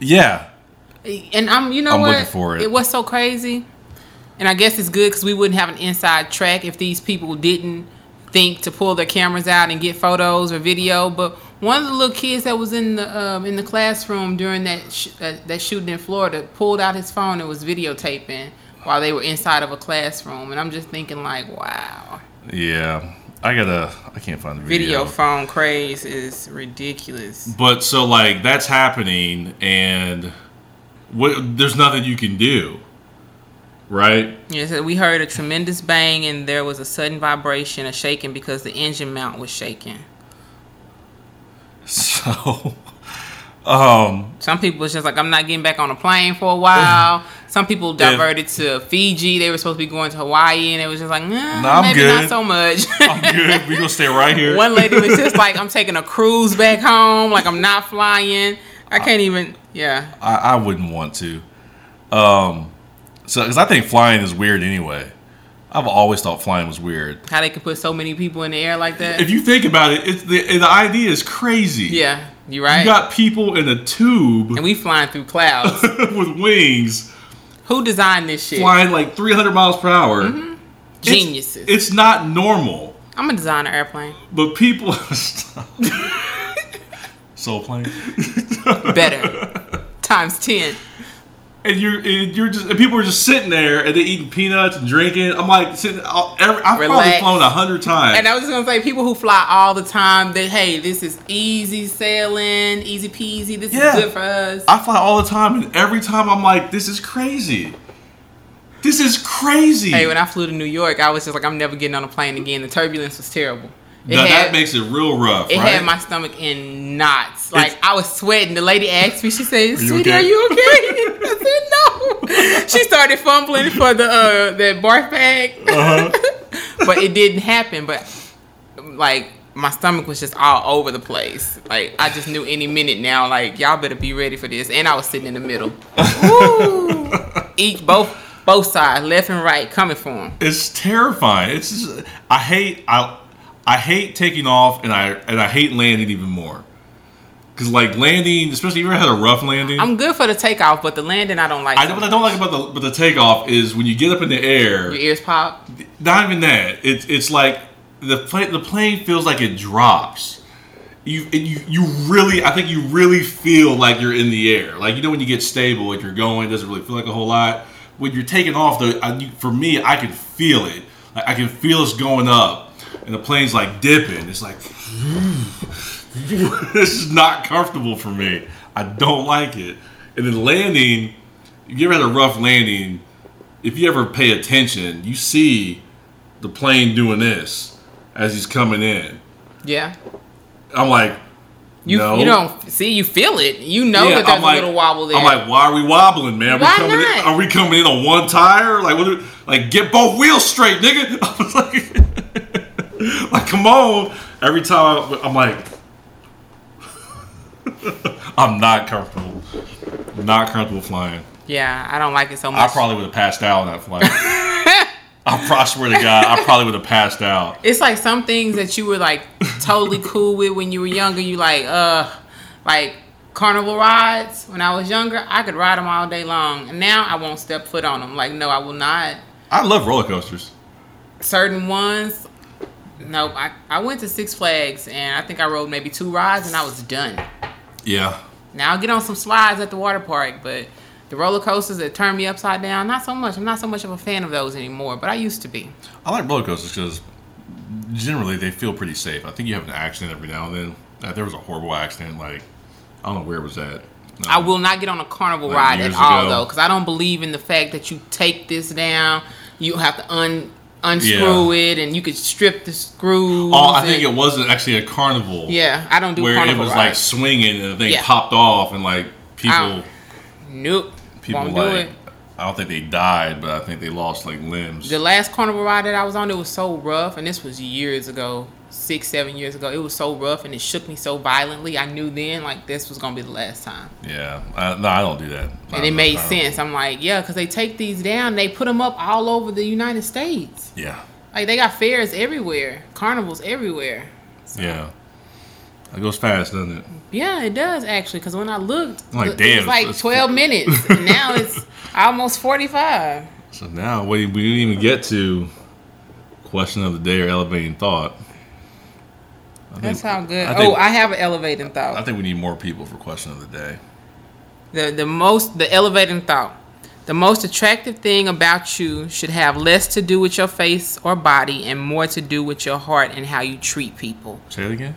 [SPEAKER 1] yeah,
[SPEAKER 2] And I'm, you know
[SPEAKER 1] I'm
[SPEAKER 2] what?
[SPEAKER 1] looking for it.
[SPEAKER 2] was so crazy, and I guess it's good because we wouldn't have an inside track if these people didn't think to pull their cameras out and get photos or video. But one of the little kids that was in the um, in the classroom during that sh- uh, that shooting in Florida pulled out his phone and was videotaping while they were inside of a classroom. And I'm just thinking like, wow,
[SPEAKER 1] yeah. I gotta. I can't find the
[SPEAKER 2] video phone craze is ridiculous.
[SPEAKER 1] But so like that's happening, and what, there's nothing you can do, right?
[SPEAKER 2] Yes, we heard a tremendous bang and there was a sudden vibration, a shaking because the engine mount was shaking.
[SPEAKER 1] So, um,
[SPEAKER 2] Some people was just like, I'm not getting back on a plane for a while. Some people
[SPEAKER 1] Yeah.
[SPEAKER 2] diverted to Fiji. They were supposed to be going to Hawaii, and it was just like, nah,
[SPEAKER 1] Nah, I'm
[SPEAKER 2] maybe
[SPEAKER 1] good.
[SPEAKER 2] not so much.
[SPEAKER 1] I'm good. We gonna stay right here.
[SPEAKER 2] One lady was just like, I'm taking a cruise back home. Like I'm not flying. I can't even. Yeah,
[SPEAKER 1] I, I wouldn't want to. Um, so because I think flying is weird anyway. I've always thought flying was weird.
[SPEAKER 2] how they can put so many people in the air like that?
[SPEAKER 1] If you think about it, it's the the idea is crazy.
[SPEAKER 2] Yeah, you right.
[SPEAKER 1] you got people in a tube
[SPEAKER 2] and we flying through clouds.
[SPEAKER 1] with wings
[SPEAKER 2] Who designed this shit?
[SPEAKER 1] flying like 300 miles per hour. It's-
[SPEAKER 2] Mm-hmm. Geniuses.
[SPEAKER 1] it's not normal.
[SPEAKER 2] I'm gonna design an airplane
[SPEAKER 1] But people, soul plane,
[SPEAKER 2] better times ten.
[SPEAKER 1] and you're and you're just and people are just sitting there and they eating peanuts and drinking. I'm like sitting. I'll, every, I've probably
[SPEAKER 2] Relax.
[SPEAKER 1] flown a hundred times.
[SPEAKER 2] And I was just gonna say, people who fly all the time, that hey, this is easy sailing, easy peasy. This
[SPEAKER 1] Yeah.
[SPEAKER 2] is good for us.
[SPEAKER 1] I fly all the time, and every time I'm like, this is crazy. This is crazy.
[SPEAKER 2] hey, when I flew to New York, I was just like, I'm never getting on a plane again. The turbulence was terrible. It
[SPEAKER 1] now
[SPEAKER 2] had,
[SPEAKER 1] that makes it real rough,
[SPEAKER 2] it
[SPEAKER 1] right?
[SPEAKER 2] had my stomach in knots. Like
[SPEAKER 1] It's-
[SPEAKER 2] I was sweating. The lady asked me, she said,
[SPEAKER 1] you
[SPEAKER 2] "Sweetie,
[SPEAKER 1] okay?"
[SPEAKER 2] are you okay?" I said, "No." She started fumbling for the uh, that barf bag.
[SPEAKER 1] Uh-huh.
[SPEAKER 2] but it didn't happen. But like my stomach was just all over the place. Like I just knew any minute now. Like y'all better be ready for this. And I was sitting in the middle. Woo! Each both both sides, left and right, coming for him.
[SPEAKER 1] it's terrifying. It's just, I hate I I hate taking off, and I and I hate landing even more. Cause like landing, especially you ever had a rough landing.
[SPEAKER 2] I'm good for the takeoff, but the landing I don't like.
[SPEAKER 1] I
[SPEAKER 2] so
[SPEAKER 1] know what I don't like about the but the takeoff is when you get up in the air.
[SPEAKER 2] Your ears pop.
[SPEAKER 1] Not even that. It's it's like the plane the plane feels like it drops. You and you you really I think you really feel like you're in the air. Like you know when you get stable and you're going, it doesn't really feel like a whole lot. When you're taking off, though, I, you- for me, I can feel it. Like I can feel us going up, and the plane's like dipping. It's like this is not comfortable for me. I don't like it. And then landing, if you ever had a rough landing, if you ever pay attention, you see the plane doing this as he's coming in.
[SPEAKER 2] Yeah.
[SPEAKER 1] I'm like,
[SPEAKER 2] You
[SPEAKER 1] no.
[SPEAKER 2] you don't see you feel it. You know
[SPEAKER 1] Yeah,
[SPEAKER 2] that there's
[SPEAKER 1] I'm
[SPEAKER 2] a little wobble there.
[SPEAKER 1] I'm like, why are we wobbling, man? Are we
[SPEAKER 2] Why
[SPEAKER 1] coming In,
[SPEAKER 2] not?
[SPEAKER 1] are we coming in on one tire? Like, what? Are, like, get both wheels straight, nigga. I was like, like, come on. Every time I, I'm like, I'm not comfortable. Not comfortable flying.
[SPEAKER 2] yeah, I don't like it so
[SPEAKER 1] I
[SPEAKER 2] much.
[SPEAKER 1] probably would have passed out on that flight. I, pro- I swear to God, I probably would have passed out.
[SPEAKER 2] it's like some things that you were like totally cool with when you were younger. You like uh like carnival rides. When I was younger, I could ride them all day long. And now I won't step foot on them. Like no, I will not.
[SPEAKER 1] I love roller coasters.
[SPEAKER 2] Certain ones. Nope. I, I went to Six Flags and I think I rode maybe two rides and I was done.
[SPEAKER 1] Yeah.
[SPEAKER 2] Now I'll get on some slides at the water park, but the roller coasters that turn me upside down, not so much. I'm not so much of a fan of those anymore, but I used to be.
[SPEAKER 1] I like roller coasters because generally they feel pretty safe. I think you have an accident every now and then. Uh, There was a horrible accident. Like I don't know where it was at. No.
[SPEAKER 2] I will not get on a carnival
[SPEAKER 1] Like
[SPEAKER 2] ride at
[SPEAKER 1] years
[SPEAKER 2] all
[SPEAKER 1] ago.
[SPEAKER 2] though, because I don't believe in the fact that you take this down, you have to un unscrew it, and you could strip the screws.
[SPEAKER 1] Oh, I think
[SPEAKER 2] and-
[SPEAKER 1] it wasn't actually a carnival.
[SPEAKER 2] yeah, I don't do
[SPEAKER 1] Where it
[SPEAKER 2] carnival
[SPEAKER 1] was like
[SPEAKER 2] rides.
[SPEAKER 1] swinging and the thing
[SPEAKER 2] Yeah.
[SPEAKER 1] popped off and like people
[SPEAKER 2] Ow. nope,
[SPEAKER 1] people
[SPEAKER 2] won't do
[SPEAKER 1] like
[SPEAKER 2] it.
[SPEAKER 1] I don't think they died, but I think they lost like limbs.
[SPEAKER 2] The last carnival ride that I was on, it was so rough, and this was years ago, six, seven years ago. It was so rough, and it shook me so violently. I knew then, like this was gonna be the last time.
[SPEAKER 1] yeah. I, no, I don't do that. I
[SPEAKER 2] and it
[SPEAKER 1] don't-
[SPEAKER 2] made
[SPEAKER 1] I don't-
[SPEAKER 2] sense. I'm like, yeah, because they take these down, they put them up all over the United States.
[SPEAKER 1] Yeah.
[SPEAKER 2] Like they got fairs everywhere, carnivals everywhere.
[SPEAKER 1] Yeah. It goes fast, doesn't it?
[SPEAKER 2] Yeah, it does actually. Because when I looked,
[SPEAKER 1] Like,
[SPEAKER 2] it
[SPEAKER 1] damn,
[SPEAKER 2] was like
[SPEAKER 1] that's-
[SPEAKER 2] twelve minutes. and now it's almost forty-five.
[SPEAKER 1] So now we, we didn't even get to question of the day or elevating thought. I
[SPEAKER 2] That's how good.
[SPEAKER 1] I think,
[SPEAKER 2] oh, I have an elevating
[SPEAKER 1] I
[SPEAKER 2] thought.
[SPEAKER 1] think we need more people for question of the day.
[SPEAKER 2] The the most the elevating thought. The most attractive thing about you should have less to do with your face or body and more to do with your heart and how you treat people.
[SPEAKER 1] Say it again.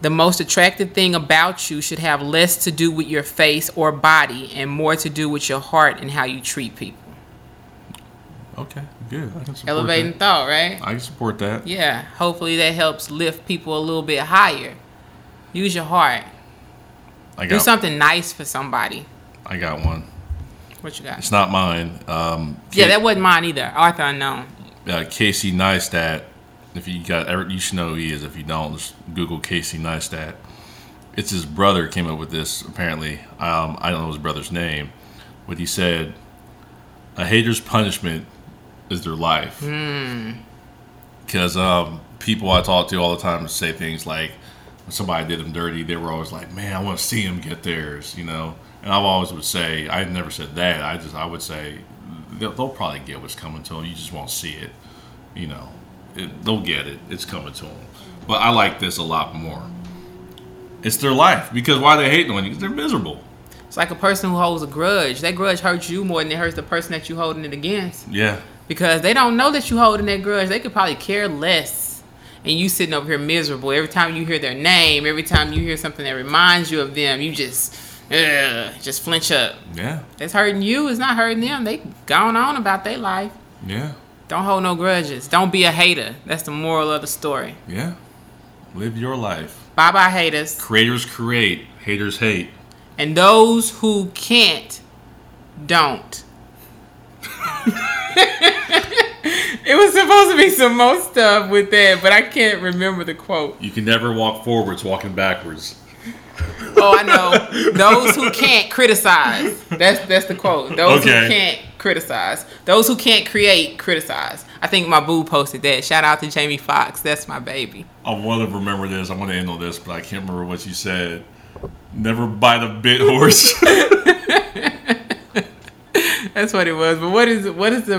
[SPEAKER 2] The most attractive thing about you should have less to do with your face or body and more to do with your heart and how you treat people.
[SPEAKER 1] Okay, good. I can support
[SPEAKER 2] Elevating thought, right?
[SPEAKER 1] That. I can support that.
[SPEAKER 2] Yeah. Hopefully that helps lift people a little bit higher. Use your heart.
[SPEAKER 1] I
[SPEAKER 2] Do
[SPEAKER 1] got.
[SPEAKER 2] something nice for somebody.
[SPEAKER 1] I got one.
[SPEAKER 2] What you got?
[SPEAKER 1] It's not mine. Um,
[SPEAKER 2] Yeah, that wasn't mine either. Arthur Unknown.
[SPEAKER 1] uh, Casey Neistat. If you got, every- you should know who he is. If you don't, just Google Casey Neistat. It's his brother came up with this. Apparently, um, I don't know his brother's name, but he said, "A hater's punishment is their life." Because um, people I talk to all the time say things like, "When somebody did them dirty, they were always like, man, I want to see them get theirs,' you know." And I've always would say, I never said that. I just I would say they'll, they'll probably get what's coming to them. You just won't see it you know, it, they'll get it. It's coming to them. But I like this a lot more. It's their life because why they hating on you? 'Cause They're miserable.
[SPEAKER 2] It's like a person who holds a grudge. That grudge hurts you more than it hurts the person that you holding it against.
[SPEAKER 1] Yeah,
[SPEAKER 2] Because they don't know that you holding that grudge. They could probably care less. And you sitting over here miserable. Every time you hear their name, every time you hear something that reminds you of them, you just ugh, just flinch up.
[SPEAKER 1] yeah,
[SPEAKER 2] That's hurting you, it's not hurting them. They gone on about their life.
[SPEAKER 1] yeah,
[SPEAKER 2] Don't hold no grudges. Don't be a hater. That's the moral of the story.
[SPEAKER 1] yeah. Live your life.
[SPEAKER 2] Bye bye haters.
[SPEAKER 1] Creators create, haters hate.
[SPEAKER 2] And those who can't, don't. it was supposed to be some more stuff with that, but I can't remember the quote.
[SPEAKER 1] You can never walk forwards walking backwards.
[SPEAKER 2] Oh, I know. Those who can't criticize. That's that's the quote. Those
[SPEAKER 1] Okay.
[SPEAKER 2] who can't criticize. Those who can't create, criticize. I think my boo posted that. Shout out to Jamie Foxx. That's my baby.
[SPEAKER 1] I want to remember this. I want to end on this, but I can't remember what you said. Never bite a bit horse.
[SPEAKER 2] That's what it was. But what is what is the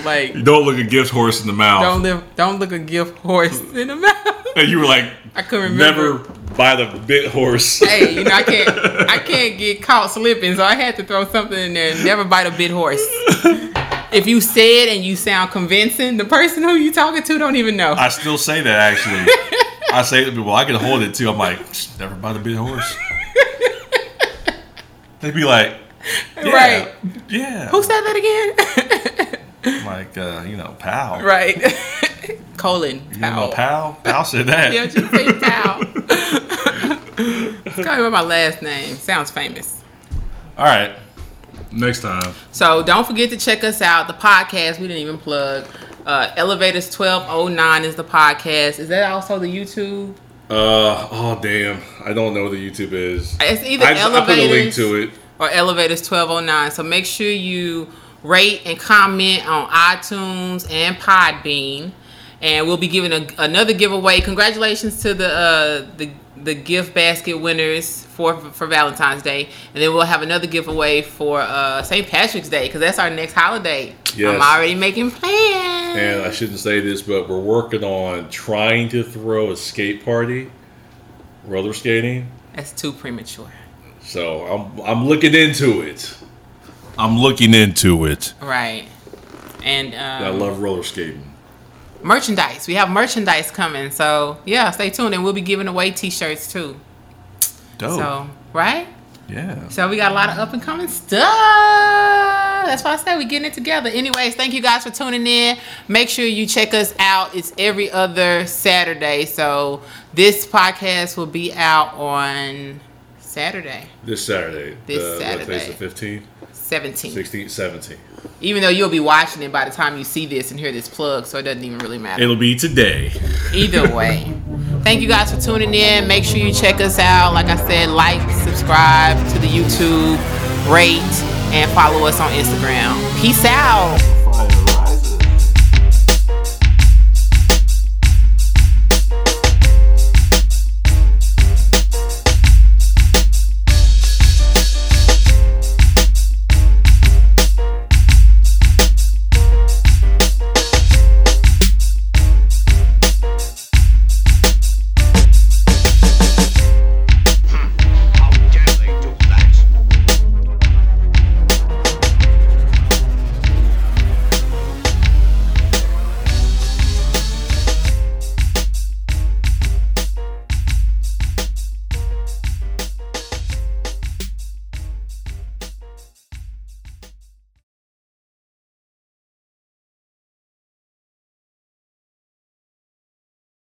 [SPEAKER 2] like?
[SPEAKER 1] don't look a gift horse in the mouth.
[SPEAKER 2] Don't live. Don't look a gift horse in the mouth.
[SPEAKER 1] And you were like,
[SPEAKER 2] I couldn't remember.
[SPEAKER 1] never bite a bit horse.
[SPEAKER 2] Hey, you know I can't. I can't get caught slipping, so I had to throw something in there. Never bite a bit horse. If you said and you sound convincing, the person who you talking to don't even know.
[SPEAKER 1] I still say that actually. I say to people, I can hold it too. I'm like, "Psh, never buy the big horse. They'd be like, yeah,
[SPEAKER 2] Right.
[SPEAKER 1] Yeah.
[SPEAKER 2] Who said that again?
[SPEAKER 1] I'm like, uh, you know, pal.
[SPEAKER 2] right. Colon.
[SPEAKER 1] You
[SPEAKER 2] Powell.
[SPEAKER 1] know, pal. Pal said that.
[SPEAKER 2] Yeah, just say Powell. It's kind of my last name. Sounds famous.
[SPEAKER 1] All right. Next time.
[SPEAKER 2] So don't forget to check us out. The podcast we didn't even plug. Uh, Elevators twelve oh nine is the podcast. Is that also the YouTube?
[SPEAKER 1] Uh oh damn. I don't know what the YouTube is.
[SPEAKER 2] It's either
[SPEAKER 1] I, I put a link
[SPEAKER 2] Elevators
[SPEAKER 1] to it.
[SPEAKER 2] or Elevators twelve oh nine. So make sure you rate and comment on iTunes and Podbean. And we'll be giving a, another giveaway. Congratulations to the uh, the the gift basket winners for for Valentine's Day, and then we'll have another giveaway for uh, St. Patrick's Day because that's our next holiday.
[SPEAKER 1] Yes.
[SPEAKER 2] I'm already making plans.
[SPEAKER 1] And I shouldn't say this, but we're working on trying to throw a skate party, roller skating.
[SPEAKER 2] That's too premature.
[SPEAKER 1] So I'm I'm looking into it. I'm looking into it.
[SPEAKER 2] Right. And
[SPEAKER 1] I
[SPEAKER 2] um,
[SPEAKER 1] love roller skating.
[SPEAKER 2] merchandise. We have merchandise coming. So, yeah, stay tuned. And we'll be giving away t shirts too.
[SPEAKER 1] Dope.
[SPEAKER 2] So, right?
[SPEAKER 1] yeah.
[SPEAKER 2] So, we got a lot of up and coming stuff. That's why I said we're getting it together. Anyways, thank you guys for tuning in. Make sure you check us out. It's every other Saturday. So, this podcast will be out on Saturday,
[SPEAKER 1] This Saturday.
[SPEAKER 2] This
[SPEAKER 1] the, what today's the
[SPEAKER 2] Saturday.
[SPEAKER 1] 15th,
[SPEAKER 2] 17th.
[SPEAKER 1] 16th, 17th.
[SPEAKER 2] Even though you'll be watching it by the time you see this and hear this plug, so it doesn't even really matter.
[SPEAKER 1] It'll be today.
[SPEAKER 2] either way. Thank you guys for tuning in. Make sure you check us out. Like I said, like, subscribe to the YouTube, rate, and follow us on Instagram. Peace out.